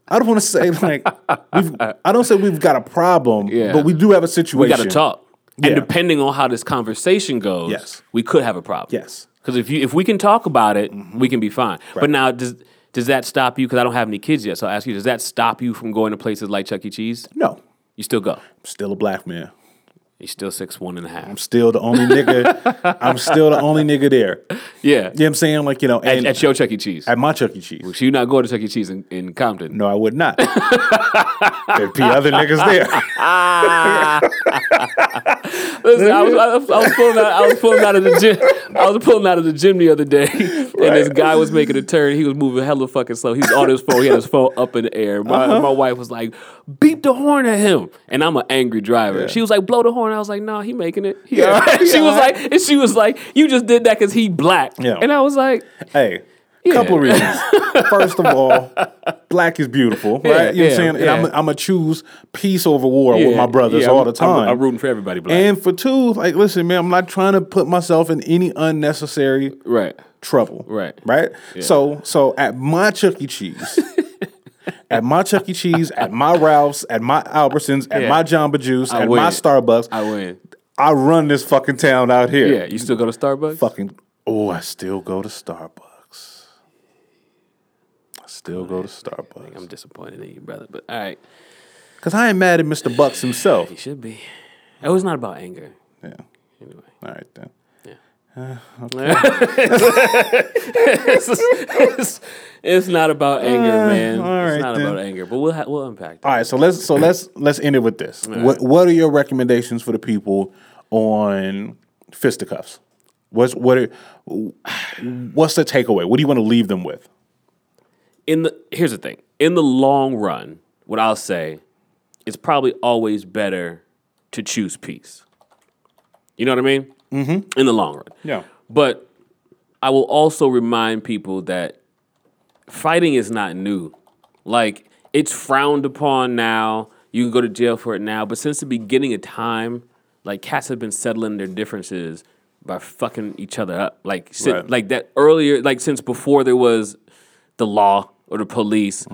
[SPEAKER 1] I don't want to say like we've, I don't say we've got a problem,
[SPEAKER 2] Yeah.
[SPEAKER 1] but we do have a situation.
[SPEAKER 2] We got to talk.
[SPEAKER 1] Yeah.
[SPEAKER 2] And depending on how this conversation goes,
[SPEAKER 1] Yes.
[SPEAKER 2] we could have a problem.
[SPEAKER 1] Yes. Mm-hmm.
[SPEAKER 2] Because if you if we can talk about it, we can be fine. But now does does that stop you? Because I don't have any kids yet, so I will ask you: Does that stop you from going to places like Chuck E. Cheese?
[SPEAKER 1] No,
[SPEAKER 2] You still go.
[SPEAKER 1] I'm still a black man.
[SPEAKER 2] You're still six one and a half.
[SPEAKER 1] I'm still the only nigga. I'm still the only nigga there. You know
[SPEAKER 2] Yeah,
[SPEAKER 1] what I'm saying? Like, you know,
[SPEAKER 2] At,
[SPEAKER 1] and at,
[SPEAKER 2] at your Chuck E. Cheese.
[SPEAKER 1] my Chuck E. Cheese.
[SPEAKER 2] so you're not going to Chuck E. Cheese in, in Compton.
[SPEAKER 1] No, I would not. There'd be other niggas there.
[SPEAKER 2] Listen, I was, I, was- I was pulling out, I was pulling out of the gym. I was pulling out of the gym the other day, and this guy was making a turn. He was moving hella fucking slow. He was on his phone. He had his phone up in the air. My,
[SPEAKER 1] Uh-huh.
[SPEAKER 2] my wife was like, "Beep the horn at him," and I'm an angry driver. She was like, "Blow the horn." I was like, "No, he making it." He
[SPEAKER 1] Yeah,
[SPEAKER 2] alright."
[SPEAKER 1] he
[SPEAKER 2] she was
[SPEAKER 1] alright.
[SPEAKER 2] like, and she was like, "You just did that because he black."
[SPEAKER 1] Yeah.
[SPEAKER 2] And I was like,
[SPEAKER 1] Hey, couple reasons. First of all, black is beautiful, right? you know what I'm
[SPEAKER 2] yeah,
[SPEAKER 1] saying? And I'm
[SPEAKER 2] yeah.
[SPEAKER 1] I'm gonna choose peace over war with
[SPEAKER 2] yeah,
[SPEAKER 1] my brothers
[SPEAKER 2] yeah,
[SPEAKER 1] all
[SPEAKER 2] I'm-
[SPEAKER 1] the time.
[SPEAKER 2] I'm, I'm rooting for everybody black.
[SPEAKER 1] and for two, like, listen, man, I'm not trying to put myself in any unnecessary
[SPEAKER 2] right.
[SPEAKER 1] trouble.
[SPEAKER 2] Right.
[SPEAKER 1] Right? So so at my Chuck E. Cheese, at my Chuck E. Cheese, at my Ralph's, at my Albertsons, at
[SPEAKER 2] Yeah.
[SPEAKER 1] my Jamba Juice, at
[SPEAKER 2] win.
[SPEAKER 1] my Starbucks,
[SPEAKER 2] I win.
[SPEAKER 1] I run this fucking town out here.
[SPEAKER 2] Yeah. You still go to Starbucks?
[SPEAKER 1] Fucking oh, I still go to Starbucks. I still go to Starbucks.
[SPEAKER 2] I'm disappointed in you, brother. But all right.
[SPEAKER 1] Cause I ain't mad at Mr. Bucks himself.
[SPEAKER 2] He should be. It was not about anger.
[SPEAKER 1] Yeah.
[SPEAKER 2] Anyway.
[SPEAKER 1] All right then.
[SPEAKER 2] it's, it's- it's not about anger, man.
[SPEAKER 1] all
[SPEAKER 2] it's
[SPEAKER 1] right
[SPEAKER 2] not
[SPEAKER 1] then.
[SPEAKER 2] about anger, but we'll ha- we'll unpack that.
[SPEAKER 1] All right, so let's so let's let's end it with this. What what are your recommendations for the people on fisticuffs? What's what are, what's the takeaway? What do you want to leave them with?
[SPEAKER 2] In the here's the thing. In the long run, what I'll say, it's probably always better to choose peace. You know what I mean? Mm-hmm. In the long run.
[SPEAKER 1] Yeah.
[SPEAKER 2] But I will also remind people that fighting is not new. Like it's frowned upon now. You can go to jail for it now, but since the beginning of time, like cats have been settling their differences by fucking each other up. Like si-
[SPEAKER 1] Right.
[SPEAKER 2] like that earlier, like since before there was the law or the police,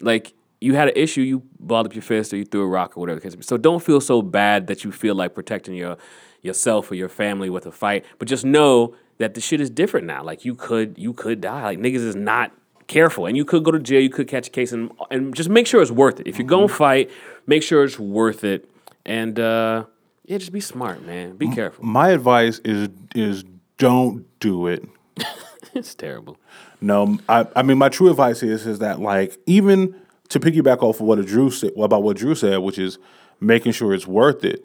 [SPEAKER 2] like you had an issue, you balled up your fist or you threw a rock or whatever. the case may be. So don't feel so bad that you feel like protecting your yourself or your family with a fight, but just know that the shit is different now. Like you could you could die. Like niggas is not careful and you could go to jail you could catch a case and, and just make sure it's worth it if you're gonna fight make sure it's worth it and uh yeah just be smart man be careful
[SPEAKER 1] My advice is is don't do it.
[SPEAKER 2] it's terrible
[SPEAKER 1] No, I, I mean my true advice is is that like even to piggyback off of what Drew said about what Drew said, which is making sure it's worth it.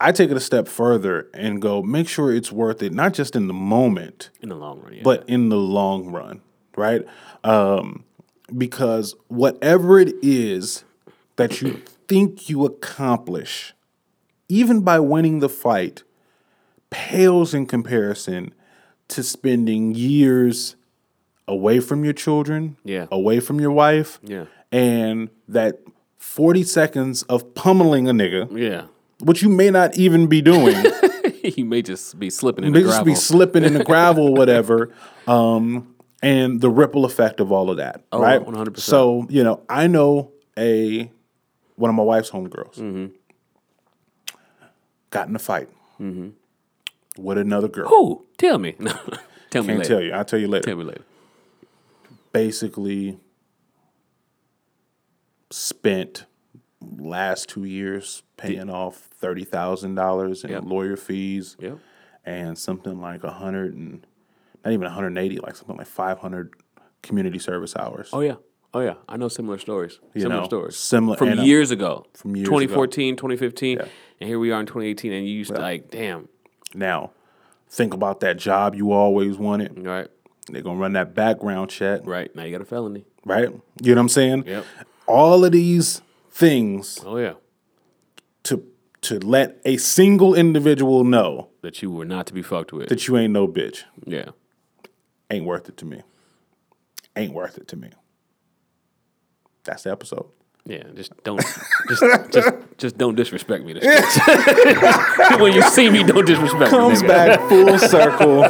[SPEAKER 1] I take it a step further and go make sure it's worth it, not just in the moment.
[SPEAKER 2] in the long run yeah.
[SPEAKER 1] but in the long run, right? Um, because whatever it is that you think you accomplish, even by winning the fight, pales in comparison to spending years away from your children,
[SPEAKER 2] Yeah.
[SPEAKER 1] away from your wife,
[SPEAKER 2] Yeah.
[SPEAKER 1] and that 40 seconds of pummeling a nigga,
[SPEAKER 2] yeah
[SPEAKER 1] which you may not even be doing.
[SPEAKER 2] you may just be slipping in
[SPEAKER 1] they
[SPEAKER 2] the
[SPEAKER 1] just
[SPEAKER 2] gravel
[SPEAKER 1] be slipping in the gravel or whatever um and the ripple effect of all of that
[SPEAKER 2] Oh,
[SPEAKER 1] right
[SPEAKER 2] 100%.
[SPEAKER 1] so you know i know a one of my wife's homegirls
[SPEAKER 2] Mm-hmm.
[SPEAKER 1] got in a fight with another girl
[SPEAKER 2] oh tell me No, tell
[SPEAKER 1] can't
[SPEAKER 2] me later
[SPEAKER 1] tell you i'll tell you later
[SPEAKER 2] tell me later
[SPEAKER 1] basically spent last two years paying off $30000 in lawyer fees
[SPEAKER 2] yep
[SPEAKER 1] and something like a hundred and not even 180, like something like 500 community service hours.
[SPEAKER 2] oh yeah oh yeah i know similar stories similar
[SPEAKER 1] know,
[SPEAKER 2] stories
[SPEAKER 1] similar-
[SPEAKER 2] from
[SPEAKER 1] and, uh,
[SPEAKER 2] years ago from
[SPEAKER 1] years ago.
[SPEAKER 2] 2014 2015 and here we are in 2018 and you used to like damn
[SPEAKER 1] Now, think about that job you always wanted.
[SPEAKER 2] right
[SPEAKER 1] They're gonna run that background check,
[SPEAKER 2] right now you got a felony
[SPEAKER 1] right? You know what I'm saying?
[SPEAKER 2] Yep.
[SPEAKER 1] All of these things
[SPEAKER 2] oh yeah
[SPEAKER 1] to to let a single individual know
[SPEAKER 2] that you were not to be fucked with
[SPEAKER 1] that you ain't no bitch
[SPEAKER 2] yeah
[SPEAKER 1] ain't worth it to me. Ain't worth it to me. That's the episode.
[SPEAKER 2] Yeah, just don't, just, just, just don't disrespect me. This when you see me, don't disrespect
[SPEAKER 1] Comes
[SPEAKER 2] me. nigga.
[SPEAKER 1] back full circle.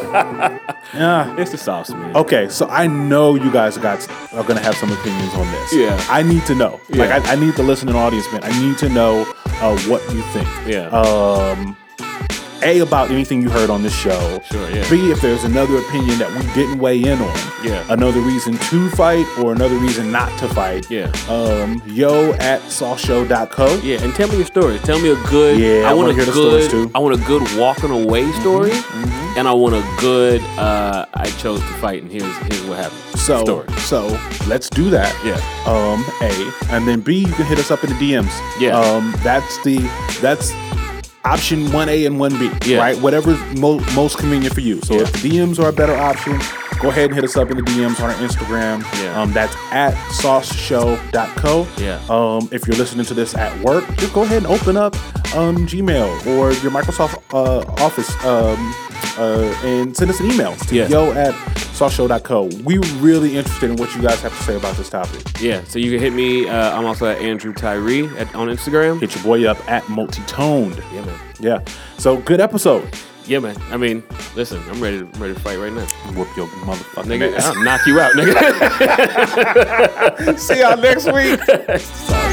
[SPEAKER 1] Yeah.
[SPEAKER 2] It's the sauce, man.
[SPEAKER 1] Okay, so I know you guys got are gonna have some opinions on this.
[SPEAKER 2] Yeah.
[SPEAKER 1] I need to know.
[SPEAKER 2] Yeah.
[SPEAKER 1] Like, I, I need the listening audience, man. I need to know uh, what you think.
[SPEAKER 2] Yeah.
[SPEAKER 1] Um, a about anything you heard on this show.
[SPEAKER 2] Sure, yeah.
[SPEAKER 1] B if there's another opinion that we didn't weigh in on.
[SPEAKER 2] Yeah.
[SPEAKER 1] Another reason to fight or another reason not to fight.
[SPEAKER 2] Yeah.
[SPEAKER 1] Um, yo at sawshow.co.
[SPEAKER 2] Yeah, and tell me your stories. Tell me a good.
[SPEAKER 1] Yeah, I wanna
[SPEAKER 2] want a
[SPEAKER 1] hear the
[SPEAKER 2] good.
[SPEAKER 1] stories, too. Mm-hmm.
[SPEAKER 2] I want a good walking away story, Mm-hmm. and I want a good. Uh, I chose to fight, and here's here's what happened.
[SPEAKER 1] So
[SPEAKER 2] story.
[SPEAKER 1] so let's do that.
[SPEAKER 2] Yeah.
[SPEAKER 1] Um, A and then B, you can hit us up in the DMs.
[SPEAKER 2] Yeah.
[SPEAKER 1] Um, that's the that's option one A and one B.
[SPEAKER 2] Yeah.
[SPEAKER 1] Right. Whatever's mo- most convenient for you. So
[SPEAKER 2] Yeah.
[SPEAKER 1] if the DMs are a better option, go ahead and hit us up in the DMs on our Instagram.
[SPEAKER 2] Yeah.
[SPEAKER 1] Um, that's at sauceshow.co.
[SPEAKER 2] Yeah.
[SPEAKER 1] Um, if you're listening to this at work, just go ahead and open up um, Gmail or your Microsoft uh, Office um, uh, and send us an email to
[SPEAKER 2] Yeah.
[SPEAKER 1] yo at sawshow.co. We really interested in what you guys have to say about this topic.
[SPEAKER 2] Yeah, so you can hit me. Uh, I'm also at Andrew Tyree at, on Instagram.
[SPEAKER 1] Hit your boy up at multitoned.
[SPEAKER 2] Yeah, man.
[SPEAKER 1] Yeah. So good episode.
[SPEAKER 2] Yeah, man. I mean, listen, I'm ready. To, I'm ready to fight right now,
[SPEAKER 1] Whoop your motherfucking
[SPEAKER 2] nigga.
[SPEAKER 1] ass.
[SPEAKER 2] I'll knock you out, nigga.
[SPEAKER 1] See y'all next week.
[SPEAKER 2] Sorry.